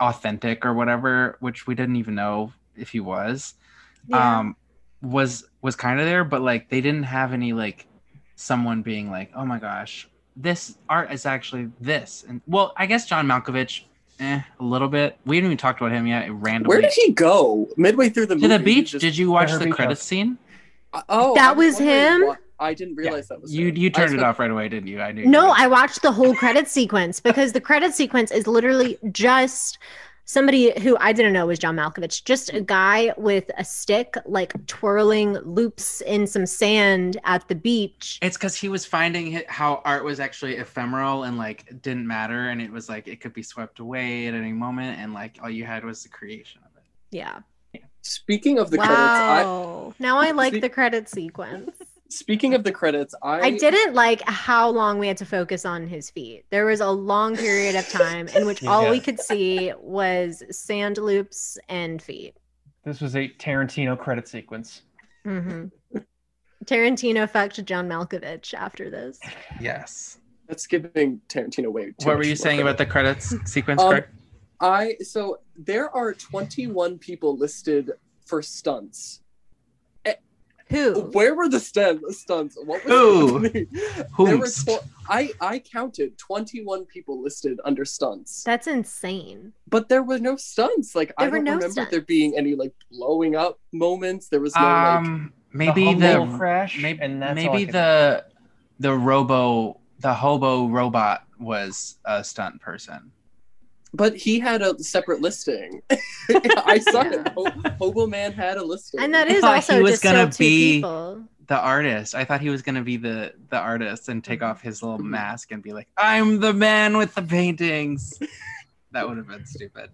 authentic or whatever, which we didn't even know if he was, um was was kind of there, but like they didn't have any like someone being like, Oh my gosh, this art is actually this. And well, I guess John Malkovich, eh, a little bit. We haven't even talked about him yet. Randomly Where did he go? Midway through the to movie, the he beach? just- Did you watch Better the be John. credits scene? oh, That I was wondering him? why- I didn't realize that was You him. you I turned it spent- off right away, didn't you? I knew. you No, did. I watched the whole credit sequence because the credit sequence is literally just somebody who I didn't know was John Malkovich, just a guy with a stick like twirling loops in some sand at the beach. It's because he was finding hi- how art was actually ephemeral and like didn't matter, and it was like it could be swept away at any moment, and like all you had was the creation of it. Yeah. Speaking of the credits, I, wow. now I like See- the credit sequence. speaking of the credits, I, I didn't like how long we had to focus on his feet. There was a long period of time in which all we Yeah. could see was sand loops and feet. This was a Tarantino credit sequence. hmm Tarantino fucked John Malkovich after this. Yes. That's giving Tarantino way. Too what much were you more saying credit. about the credits sequence? Um, Greg? I so there are 21 people listed for stunts. Who? Where were the stem stunts? What was Who? happening? There were Whomst? tw- I I counted 21 people listed under stunts, That's insane. but there were no stunts. Like I There were don't no remember there stunts. being any like blowing up moments. There was no like um, maybe Humble the crash, maybe, and that's all I maybe can- the the robo the hobo robot was a stunt person. but he had a separate listing. I saw it. Yeah. Ho- Hobo Man had a listing. And that is thought also he was just still gonna two be- people. The artist. I thought he was gonna be the the artist and take off his little mask and be like, "I'm the man with the paintings." that would have been stupid.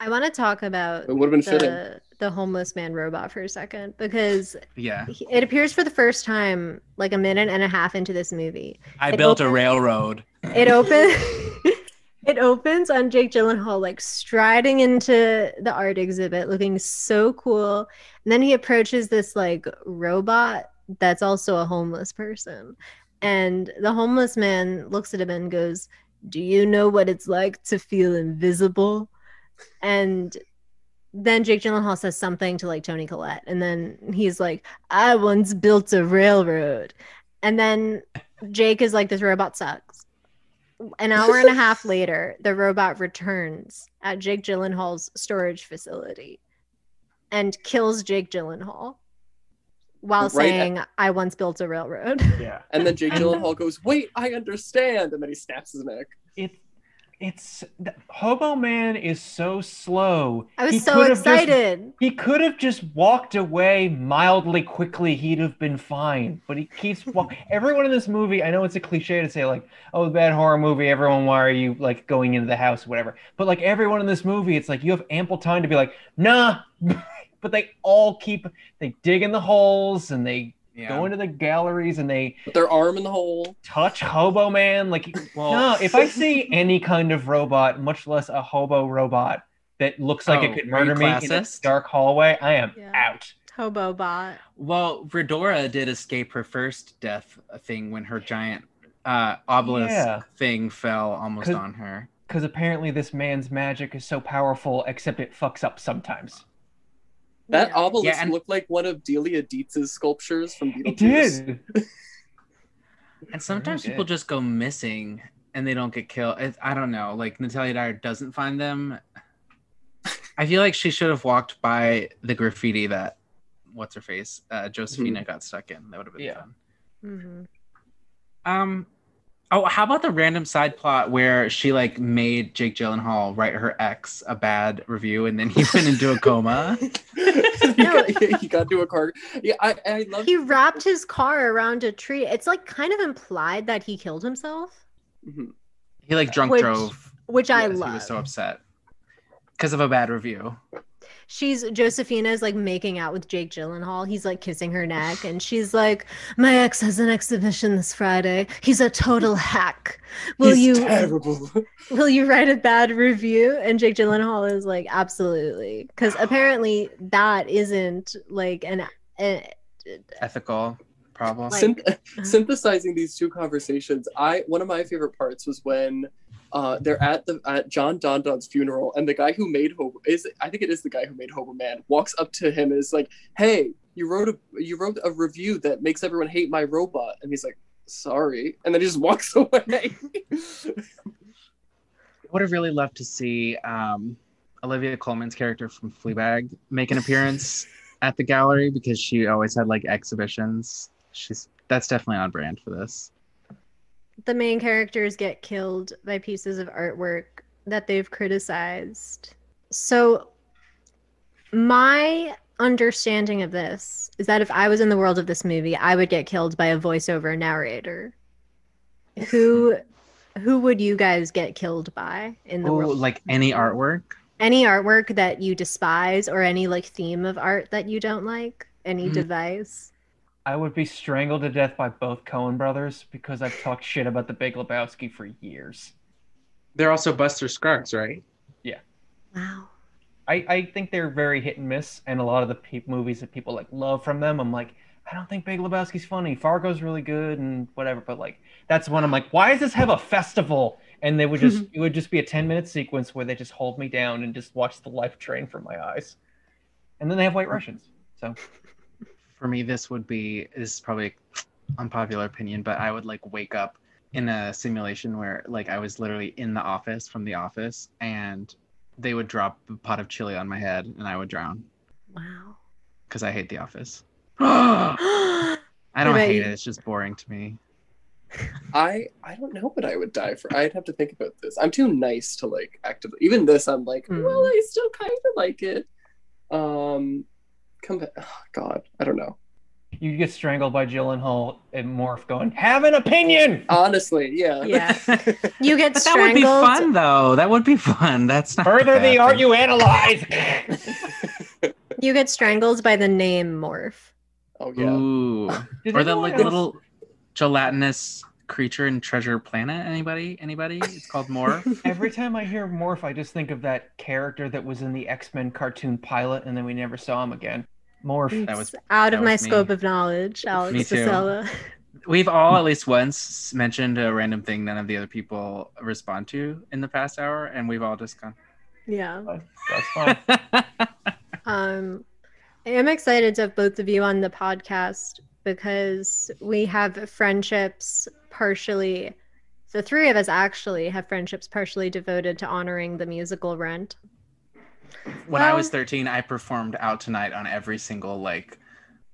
I want to talk about it would have been fitting. the, the homeless man robot for a second because Yeah. he- it appears for the first time, like a minute and a half into this movie. I It built a opens- railroad. It opens. It opens on Jake Gyllenhaal like striding into the art exhibit, looking so cool. And then he approaches this like robot that's also a homeless person. And the homeless man looks at him and goes, Do you know what it's like to feel invisible? And then Jake Gyllenhaal says something to like Tony Collette. And then he's like, I once built a railroad. And then Jake is like, This robot sucks. An hour and a half later, the robot returns at Jake Gyllenhaal's storage facility and kills Jake Gyllenhaal while Right at- saying, I once built a railroad. yeah. And then Jake And- Gyllenhaal goes, "Wait, I understand," and then he snaps his neck. it it's the- hobo man is so slow I was He so could have just- excited. he could have just walked away mildly quickly he'd have been fine but he keeps walk- everyone in this movie i know it's a cliche to say like oh bad horror movie everyone why are you like going into the house whatever but like everyone in this movie it's like you have ample time to be like nah but they all keep they dig in the holes and they Yeah. go into the galleries and they Put their arm in the hole. touch hobo man like well, no, if I see any kind of robot, much less a hobo robot that looks like Oh, it could are you murder me in a classist? dark hallway, I am Yeah. out. Hobo bot. well, Redora did escape her first death thing when her giant uh, obelisk Yeah. thing fell almost Could- on her. Because apparently this man's magic is so powerful, except it fucks up sometimes. That Yeah. obelisk Yeah, and- looked like one of Delia Dietz's sculptures from Beetlejuice. It did. And sometimes did. people just go missing and they don't get killed. It, I don't know. Like Natalia Dyer doesn't find them. I feel like she should have walked by the graffiti that what's her face uh, Josephina got stuck in. That would have been Yeah. fun. Mhm. Um. Oh, how about the random side plot where she like made Jake Gyllenhaal write her ex a bad review and then he went into a coma? he, got, he got into a car. Yeah, I, I love. He wrapped his car around a tree. It's like kind of implied that he killed himself, Mhm. He like drunk Which drove. which I because love. He was so upset because of a bad review. she's Josephina is like making out with Jake Gyllenhaal. He's like kissing her neck, and she's like, "My ex has an exhibition this Friday. He's a total hack. Will He's you terrible? will you write a bad review?" And Jake Gyllenhaal is like, "Absolutely," because apparently that isn't like an. a- Ethical problem. Like- uh-huh. Synth- synthesizing these two conversations, I one of my favorite parts was when uh, they're at the at John Don Don's funeral, and the guy who made Hobo is I think it is the guy who made Hobo Man walks up to him and is like, "Hey, you wrote a you wrote a review that makes everyone hate my robot," and he's like, "Sorry," and then he just walks away. would have really loved to see um, Olivia Coleman's character from Fleabag make an appearance at the gallery because she always had like exhibitions. She's that's definitely on brand for this. the main characters get killed by pieces of artwork that they've criticized. So, my understanding of this is that if I was in the world of this movie, I would get killed by a voiceover narrator. Who, who would you guys get killed by in the Ooh, world? like any artwork. any artwork that you despise, or any like theme of art that you don't like, any Mm. device. I would be strangled to death by both Cohen brothers because I've talked shit about the Big Lebowski for years. They're also Buster Scruggs, right? Wow. I, I think they're very hit and miss, and a lot of the pe- movies that people like love from them, I'm like, I don't think Big Lebowski's funny. Fargo's really good and whatever, but like that's when I'm like, why does this have a festival? And they would just it would just be a 10 minute sequence where they just hold me down and just watch the life drain from my eyes. And then they have White Russians. So For me, this would be this is probably unpopular opinion, but I would like wake up in a simulation where like I was literally in the office from the office and they would drop a pot of chili on my head and I would drown Wow. because I hate the office. I don't What about hate you? it. It's just boring to me. I I don't know what I would die for. I'd have to think about this. I'm too nice to like actively. Even this, I'm like, Hmm. well, I still kind of like it. Um, come back. Oh, God, I don't know. you get strangled by Gyllenhaal and Morph going, have an opinion. Honestly, yeah. Yeah. You get But that would strangled. be fun, though. That would be fun. That's not a Further bad the art thing. you analyze. You get strangled by the name Morph. Oh yeah. Ooh, Did or the anyone like else- little gelatinous creature in Treasure Planet. Anybody? Anybody? It's called more. Every time I hear Morph, I just think of that character that was in the X Men cartoon pilot, and then we never saw him again. Morph. That was- It's out that of my was me. scope of knowledge, Alex too. Vasella. We've all at least once mentioned a random thing none of the other people respond to in the past hour, and we've all just gone. Yeah. That's fine. Um, I am excited to have both of you on the podcast because we have friendships partially. The three of us actually have friendships partially devoted to honoring the musical Rent. when I Well- was 13, I performed out tonight on every single like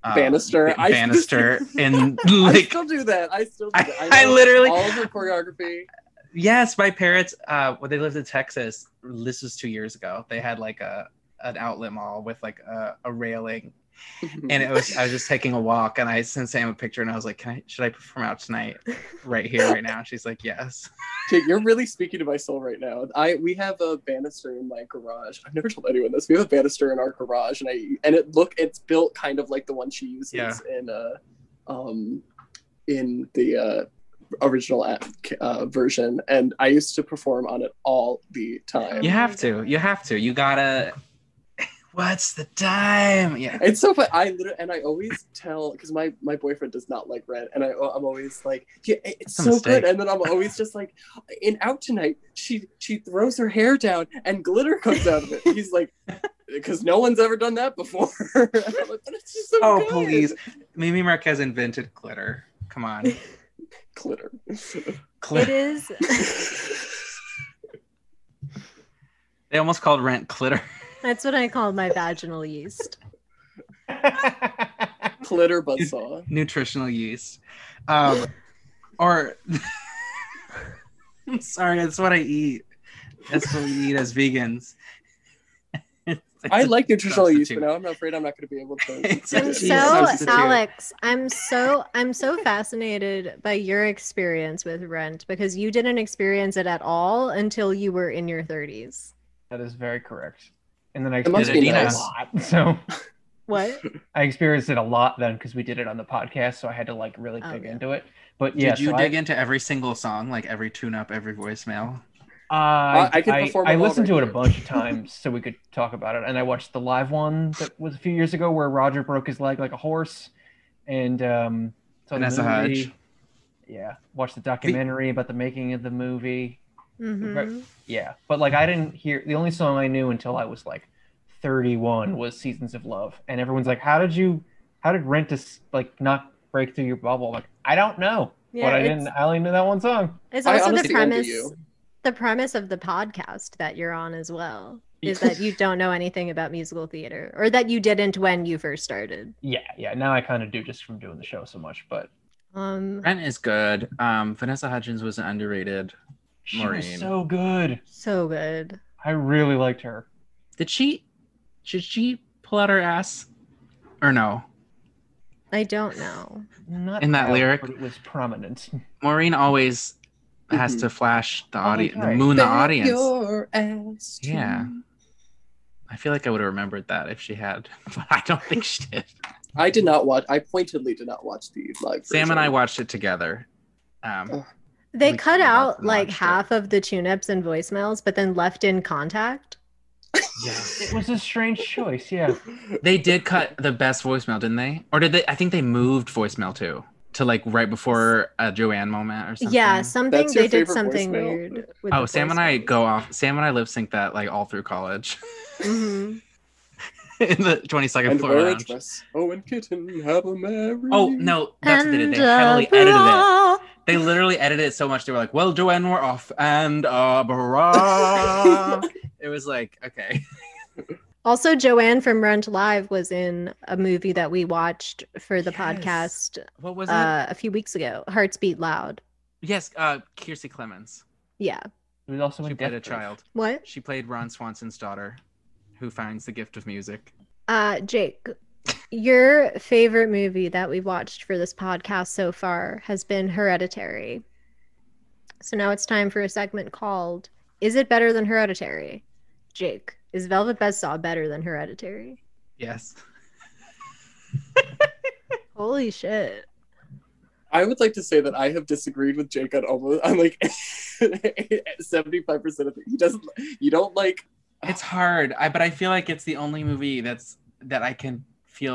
uh, Bannister. I- banister in I like still do that. I still do I- that. I know literally- all of her choreography. Yes, my parents, uh, when they lived in Texas, this was two years ago. They had like a an outlet mall with like a, a railing, and it was I was just taking a walk, and I sent Sam a picture, and I was like, "Can I? Should I perform out tonight, right here, right now?" And she's like, "Yes." Jake, you're really speaking to my soul right now. I we have a banister in my garage. I've never told anyone this. We have a banister in our garage, and I and it look it's built kind of like the one she uses Yeah. in uh um in the uh original app, uh, version, and I used to perform on it all the time. You have to. You have to. You gotta. what's the time? Yeah. It's so fun. I literally, and I always tell because my my boyfriend does not like red, and I I'm always like, yeah, it's That's a so mistake. good. And then I'm always just like, in out tonight, she she throws her hair down and glitter comes out of it. He's like, because no one's ever done that before. And I'm like, but it's just so Oh, good." please. Mimi Marquez invented glitter. Come on. glitter. It Glitter. is They almost called rent glitter. that's what I call my vaginal yeast. glitter buzzsaw. nutritional yeast. Um, or I'm sorry, that's what I eat. That's what we eat as vegans. I like nutritional yeast, substitute. but now I'm afraid I'm not going to be able to. It's a I'm so cheese substitute. Alex, I'm so I'm so fascinated by your experience with rent because you didn't experience it at all until you were in your 30s. That is very correct. And then I It must experienced be it nice. a lot. So What? I experienced it a lot then because we did it on the podcast. So I had to like really Oh, dig yeah. into it. But Did yeah, you so dig into every single song, like every tune up, every voicemail? I- I, I could I, perform I them all listened to right it a here. bunch of times so we could talk about it. And I watched the live one that was a few years ago where Roger broke his leg like a horse. And um, so the Vanessa movie- Hudge. Yeah. Watched the documentary about the making of the movie. Mhm. Yeah, but like I didn't hear the only song I knew until I was like 31 was Seasons of Love, and everyone's like, "How did you? How did Rent just like not break through your bubble?" I'm like I don't know, Yeah, but I it's- didn't. I only knew that one song. It's I also the honestly envy premise you. the premise of the podcast that you're on as well Yeah. is that you don't know anything about musical theater or that you didn't when you first started. Yeah, yeah. Now I kind of do just from doing the show so much, but Um Rent is good. Um, Vanessa Hudgens was an underrated. she Maureen. was so good. so good. I really liked her. Did she? Should she pull out her ass? Or no? I don't know. Not In that loud, lyric? but it was prominent. Maureen always has Mhm. to flash the Oh, audience, the right. moon the Bend audience. Your ass to Yeah. Mm-hmm. I feel like I would have remembered that if she had, but I don't think she did. I did not watch. I pointedly did not watch the live. Sam and I version. watched it together. Um, They We cut came back out and like watched it. half of the tune-ups and voicemails but then left in contact. yeah, It was a strange choice. Yeah, they did cut the best voicemail, didn't they? Or did they? I think they moved voicemail too to like right before a Joanne moment or something. Yeah, something That's your they did favorite something voicemail? weird. With Oh, the Sam and I voicemail. go off. Sam and I lip sync that like all through college Mhm. in the twenty second and floor wear a lounge. dress. Oh, and kitten have a merry. Oh no, that's what they did. And They a heavily edited it. bra. They literally edited it so much they were like, "Well, Joanne, we're off," and uh, bra. it was like, okay, Also, Joanne from Rent Live was in a movie that we watched for the Yes. podcast what was it? uh, a few weeks ago. Hearts Beat Loud. yes, uh, Kiersey Clemens. Yeah. it was also She in played Death a Proof. child. What? She played Ron Swanson's daughter, who finds the gift of music. Uh, Jake, your favorite movie that we've watched for this podcast so far has been Hereditary. So now it's time for a segment called Is It Better Than Hereditary? Jake, is Velvet Buzzsaw better than Hereditary? Yes. Holy shit. I would like to say that I have disagreed with Jake on almost. I'm like seventy-five percent of it. He doesn't. You don't like. It's hard, I, but I feel like it's the only movie that's that I can feel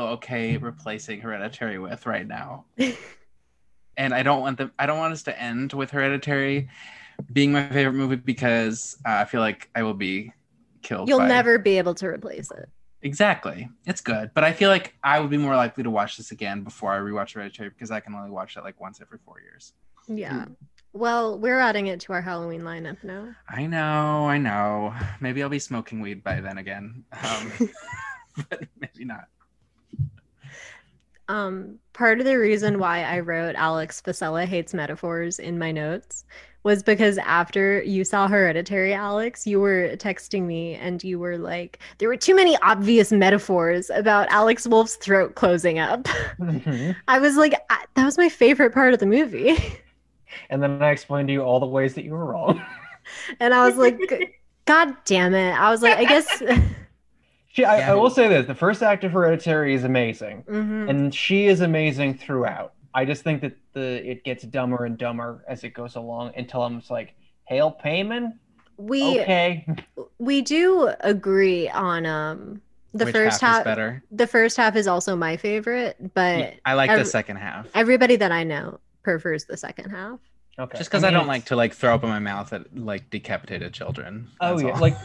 okay replacing Hereditary with right now. and I don't want them. I don't want us to end with Hereditary being my favorite movie because uh, I feel like I will be killed. You'll by- never be able to replace it. Exactly. It's good, but I feel like I would be more likely to watch this again before I rewatch Hereditary because I can only watch it like once every four years. Yeah. Well, we're adding it to our Halloween lineup now. I know, I know. Maybe I'll be smoking weed by then again. Um, but maybe not. Um, part of the reason why I wrote Alex Facella hates metaphors in my notes was because after you saw Hereditary, Alex, you were texting me and you were like, there were too many obvious metaphors about Alex Wolf's throat closing up. Mhm. I was like, I, that was my favorite part of the movie. and then I explained to you all the ways that you were wrong. And I was like, God damn it. I was like, I guess. She, I, Yeah. I will say this: the first act of Hereditary is amazing, Mm-hmm. Mhm. and she is amazing throughout. I just think that the it gets dumber and dumber as it goes along until I'm just like, "Hail Payman, we. okay." we do agree on um the Which first half, is half, better. the first half is also my favorite, but Yeah, I like the every- second half. everybody that I know prefers the second half. Okay. Just because I mean, don't like to like throw up in my mouth at like decapitated children. Oh That's yeah, all. like,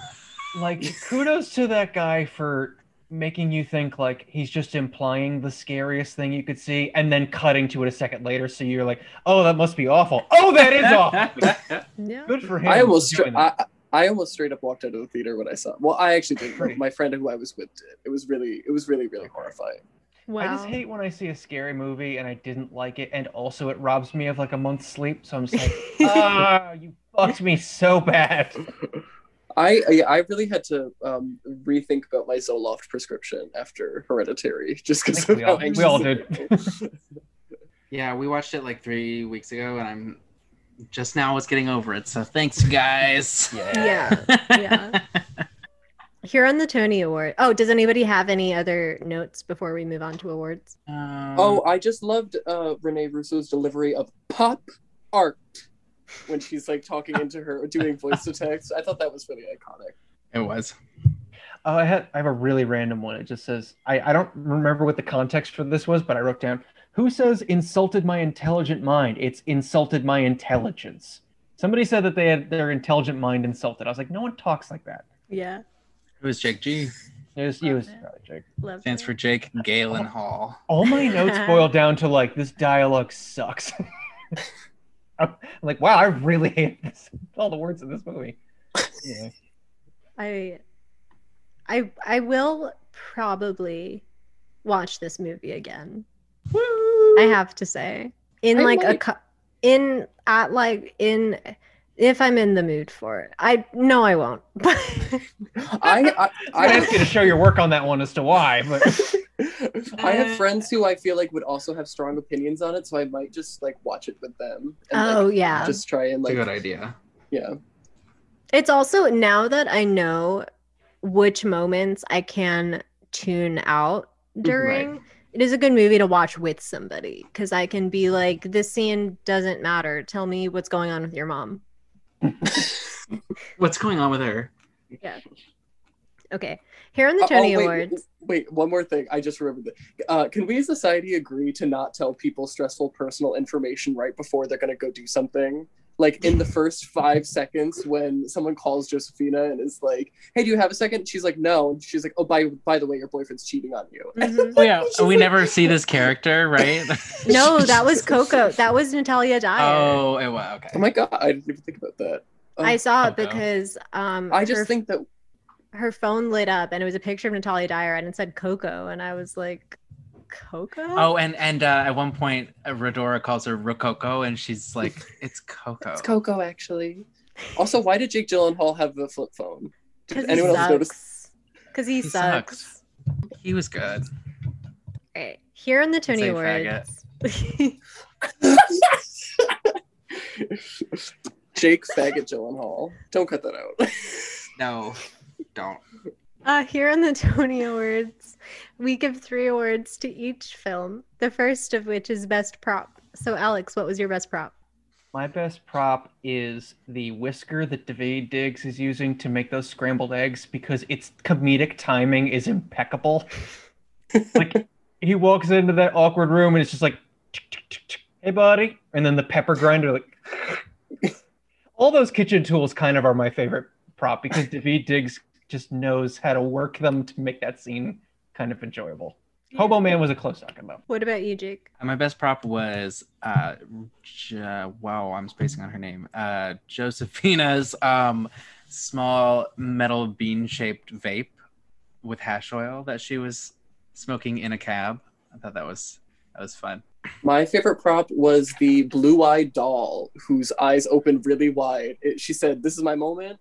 like kudos to that guy for making you think like he's just implying the scariest thing you could see, and then cutting to it a second later, so you're like, oh, that must be awful. Oh, that is awful. Yeah. Good for him. I almost, for stra- doing that. I, I almost straight up walked out of the theater when I saw. Well, I actually didn't. but Right. My friend who I was with did. It was really, it was really, really horrifying. Wow. I just hate when I see a scary movie and I didn't like it, and also it robs me of like a month's sleep. So I'm just like, ah, you fucked me so bad. I, I, I really had to um, rethink about my Zoloft prescription after Hereditary, just I because think of we how all- we anxious. all it did. was. Yeah, we watched it like three weeks ago, and I'm just now was getting over it. So thanks, guys. Yeah. Yeah. Here on the Tony Award. Oh, does anybody have any other notes before we move on to awards? Um, oh, I just loved uh, Renee Russo's delivery of pop art when she's like talking into her, doing voice to text. I thought that was really iconic. it was. Oh, I had I have a really random one. It just says I, I don't remember what the context for this was, but I wrote down who says insulted my intelligent mind. It's insulted my intelligence. Somebody said that they had their intelligent mind insulted. I was like, no one talks like that. Yeah. It was Jake G. It was, it was Okay. probably Jake. Love Stands for Jake Galen Hall. All my notes boil down to like this dialogue sucks. I'm like, wow, I really hate this. All the words in this movie. Yeah. I I I will probably watch this movie again. I have to say. In I like a might. cu- in at like in if I'm in the mood for it. I no I won't. But I, I, I I ask you to show your work on that one as to why, but I have friends who I feel like would also have strong opinions on it, so I might just like watch it with them. And, oh like, yeah. Just try and It's a like, good idea. yeah. It's also now that I know which moments I can tune out during. It is a good movie to watch with somebody because I can be like, this scene doesn't matter. Tell me what's going on with your mom. What's going on with her? Okay. Here on the Oh, Tony wait, Awards. Wait, one more thing. I just remembered that. Uh, can we as a society agree to not tell people stressful personal information right before they're going to go do something? Like in the first five seconds when someone calls Josephina and is like, "Hey, do you have a second? She's like, "No." And she's like, "Oh, by by the way, your boyfriend's cheating on you." Mhm. Oh, yeah, we never see this character, right? No, that was Coco. That was Natalia Dyer. oh, it was okay. Oh my god, I didn't even think about that. Oh, I saw it Coco. because um I her, just think that her phone lit up and it was a picture of Natalia Dyer and it said Coco and I was like Coco? Oh, and and uh, at one point, uh, Rodora calls her Rococo, and she's like, "It's Coco." it's Coco actually. Also, why did Jake Gyllenhaal have the flip phone? Because Did anyone else notice? Because he, He sucks. sucks. He was good. Right. Here on the Tony Say Awards. Jake Faggot Gyllenhaal. Don't cut that out. No, don't. uh, here on the Tony Awards, we give three awards to each film, the first of which is Best Prop. So, Alex, what was your best prop? My best prop is the whisker that David Diggs is using to make those scrambled eggs because its comedic timing is impeccable. like he walks into that awkward room and it's just like, "Tick, tick, tick, tick. "Hey, buddy," and then the pepper grinder like. All those kitchen tools kind of are my favorite prop because David Diggs just knows how to work them to make that scene kind of enjoyable. Hobo Man was a close second though. What about you, Jake? Uh, My best prop was uh, J- wow, I'm spacing on her name. Uh, Josephina's um, small metal bean-shaped vape with hash oil that she was smoking in a cab. I thought that was that was fun. My favorite prop was the blue eyed doll whose eyes opened really wide. It, she said, This is my moment.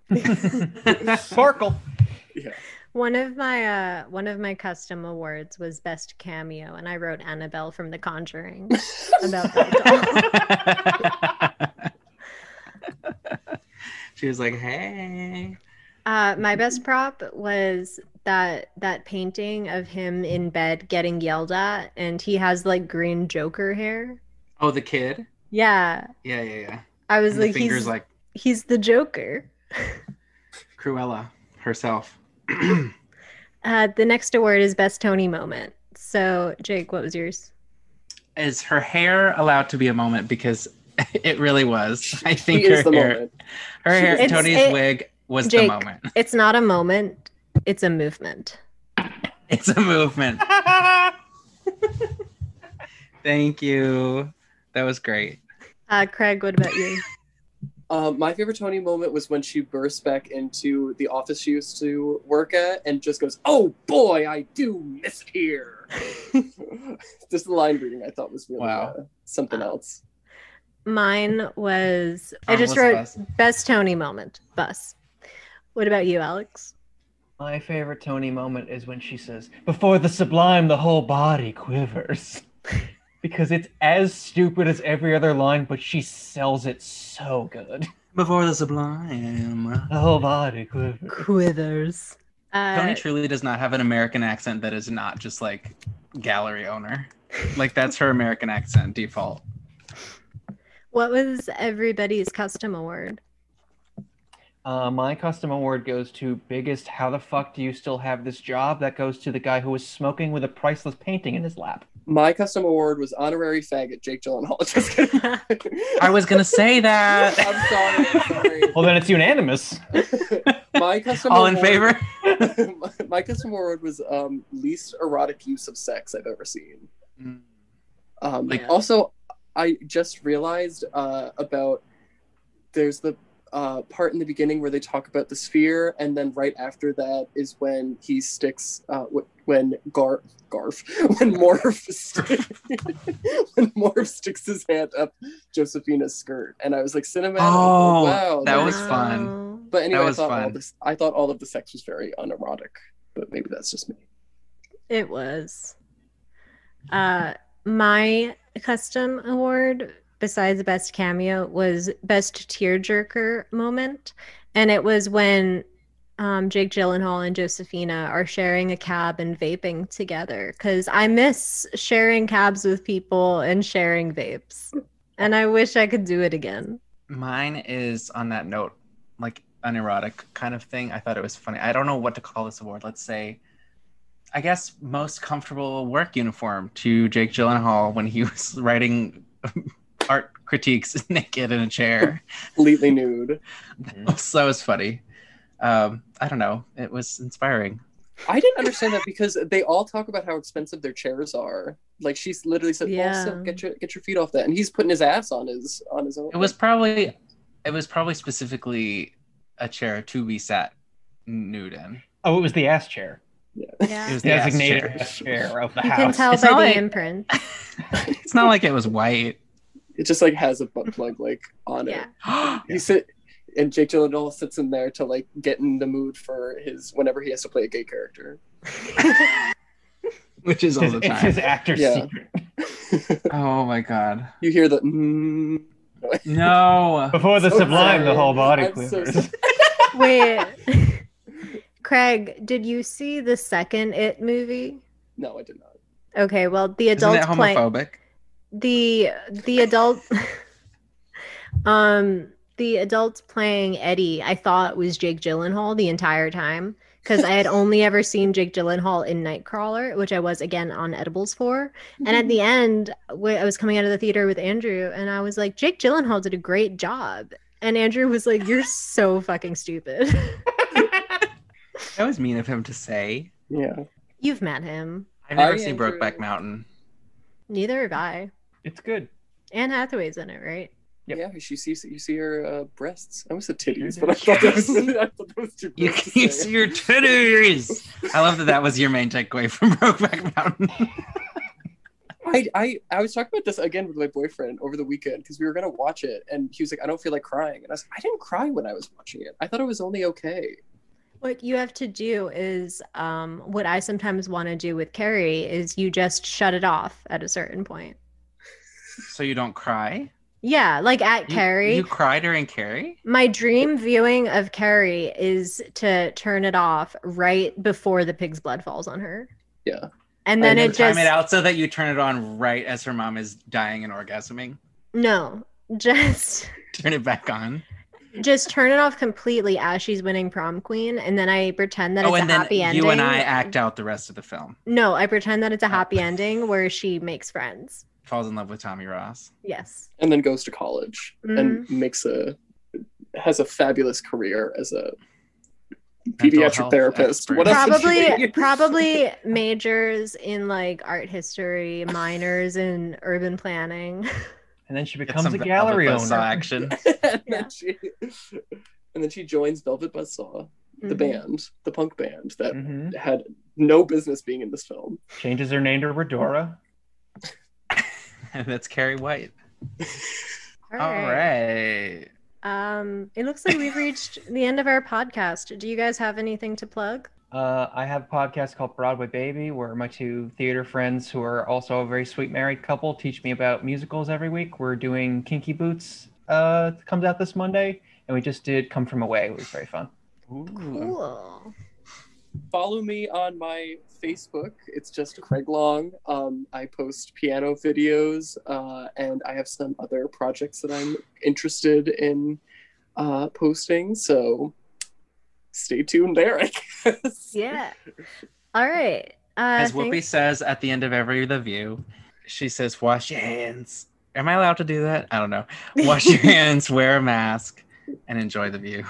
Sparkle. One of my uh, one of my custom awards was Best Cameo, and I wrote Annabelle from The Conjuring about that. doll. she was like, "Hey." Uh, my best prop was that that painting of him in bed getting yelled at, and he has like green Joker hair. Oh, the kid. Yeah, Yeah, yeah, yeah. I was And the like, fingers he's like he's the Joker. Cruella herself. Uh, the next award is best Tony moment. So, Jake, what was yours? Is her hair allowed to be a moment? Because it really was. I think She her is the hair, moment. her hair, It's- Tony's it- wig was the Jake. moment. It's not a moment; it's a movement. It's a movement. Thank you. That was great. Uh, Craig, what about you? Uh, my favorite Tony moment was when she bursts back into the office she used to work at and just goes, "Oh boy, I do miss it here." just the line reading I thought was really Wow. uh, something else. Mine was I just wrote Harmless best Tony moment. Bus. What about you, Alex? My favorite Tony moment is when she says, "Before the sublime, the whole body quivers," because it's as stupid as every other line, but she sells it so good. Before the sublime. The whole body quivers. Quithers. Tony Uh, truly does not have an American accent that is not just like gallery owner. Like that's her American accent default. what was everybody's custom award? Uh, my custom award goes to biggest. How the fuck do you still have this job? That goes to the guy who was smoking with a priceless painting in his lap. My custom award was honorary faggot Jake Gyllenhaal. Just kidding. I was gonna say that. I'm sorry. I'm Well, then it's unanimous. sorry. my custom All in award- favor? my, my custom award was um, least erotic use of sex I've ever seen. Mm. Um, Like- Also, I just realized uh, about there's the uh, part in the beginning where they talk about the sphere, and then right after that is when he sticks uh, wh- when Garf Garf when Morph sticks when Morph sticks his hand up Josephina's skirt, and I was like, cinematic. Oh, wow, that that was is- fun. Wow. But anyway, I was thought all fun. this I thought all of the sex was very unerotic, but maybe that's just me. It was. Uh, my custom award, besides best cameo, was best tearjerker moment, and it was when um, Jake Gyllenhaal and Josephina are sharing a cab and vaping together. Because I miss sharing cabs with people and sharing vapes, and I wish I could do it again. Mine is on that note, like an erotic kind of thing. I thought it was funny. I don't know what to call this award. Let's say, I guess, most comfortable work uniform to Jake Gyllenhaal when he was writing art critiques naked in a chair. Completely nude. so that was funny. Um, I don't know. It was inspiring. I didn't understand that because they all talk about how expensive their chairs are. Like she's literally said, Yeah. "Also, get your get your feet off that," and he's putting his ass on his on his own. It was probably, it was probably specifically a chair to be sat nude in. Oh, it was the ass chair. It Yeah, was The the ass designated chair. ass chair of the you house. can tell It's by the not like- imprint. It's not like it was white. It just like has a butt plug like on Yeah. it. He sit and Jake Gyllenhaal sits in there to like get in the mood for his whenever he has to play a gay character. Which is all It's the his, time. it's his actor's Yeah. secret. Oh my god. You hear the. Mm, No. Before the So sublime, the sorry. whole body I'm so quivers. sorry. Wait, Craig, did you see the second It movie? no, I did not. Okay, well the Isn't adults that playing homophobic? the the adult um the adults playing Eddie I thought was Jake Gyllenhaal the entire time because I had only ever seen Jake Gyllenhaal in Nightcrawler, which I was again on edibles for. And at the end, wh- I was coming out of the theater with Andrew, and I was like, Jake Gyllenhaal did a great job. And Andrew was like, "You're so fucking stupid." That was mean of him to say. Yeah, You've met him. I've never I seen enjoy- Brokeback Mountain. Neither have I. It's good. Anne Hathaway's in it, right? Yep. yeah. You see, you see her uh, breasts. I almost said titties, Sure but I thought that was, I thought that was too. You gross to can say. see your titties. I love that that was your main takeaway from Brokeback Mountain. I, I I was talking about this again with my boyfriend over the weekend because we were gonna watch it and he was like, I don't feel like crying. And I was like, I didn't cry when I was watching it. I thought it was only okay. What you have to do is um, what I sometimes want to do with Carrie is you just shut it off at a certain point. so you don't cry? Yeah, like at You- Carrie. You cry during Carrie? My dream viewing of Carrie is to turn it off right before the pig's blood falls on her. Yeah. And I then never it Time just it out so that you turn it on right as her mom is dying and orgasming. no, just Turn it back on. just turn it off completely as she's winning prom queen, and then I pretend that oh, it's and a then happy ending. you and I act out the rest of the film. No, I pretend that it's a happy ending where she makes friends. Falls in love with Tommy Ross. Yes. and then goes to college and Mm-hmm. makes a has a fabulous career as a Mental pediatric health therapist. expert. What else? did probably she do? probably majors in like art history, minors in urban planning. And then she Get becomes some a gallery Velvet Buzzsaw owner. Action. and, Yeah. then she, and then she joins Velvet Buzzsaw, the Mhm. band, the punk band that Mhm. had no business being in this film. Changes her name to Redora. That's Carrie White. All All right. Um, it looks like we've reached the end of our podcast. Do you guys have anything to plug? Uh, I have a podcast called Broadway Baby, where my two theater friends, who are also a very sweet married couple, teach me about musicals every week. We're doing Kinky Boots, uh, comes out this Monday, and we just did Come From Away. It was very fun. Ooh. Cool. Follow me on my Facebook. It's just Craig Long. Um, I post piano videos, uh, and I have some other projects that I'm interested in uh, posting. So stay tuned there, I guess. Yeah. All right. Uh, As Whoopi thanks- says at the end of every The View, she says, wash your hands. Am I allowed to do that? I don't know. Wash your hands, wear a mask, and enjoy the view.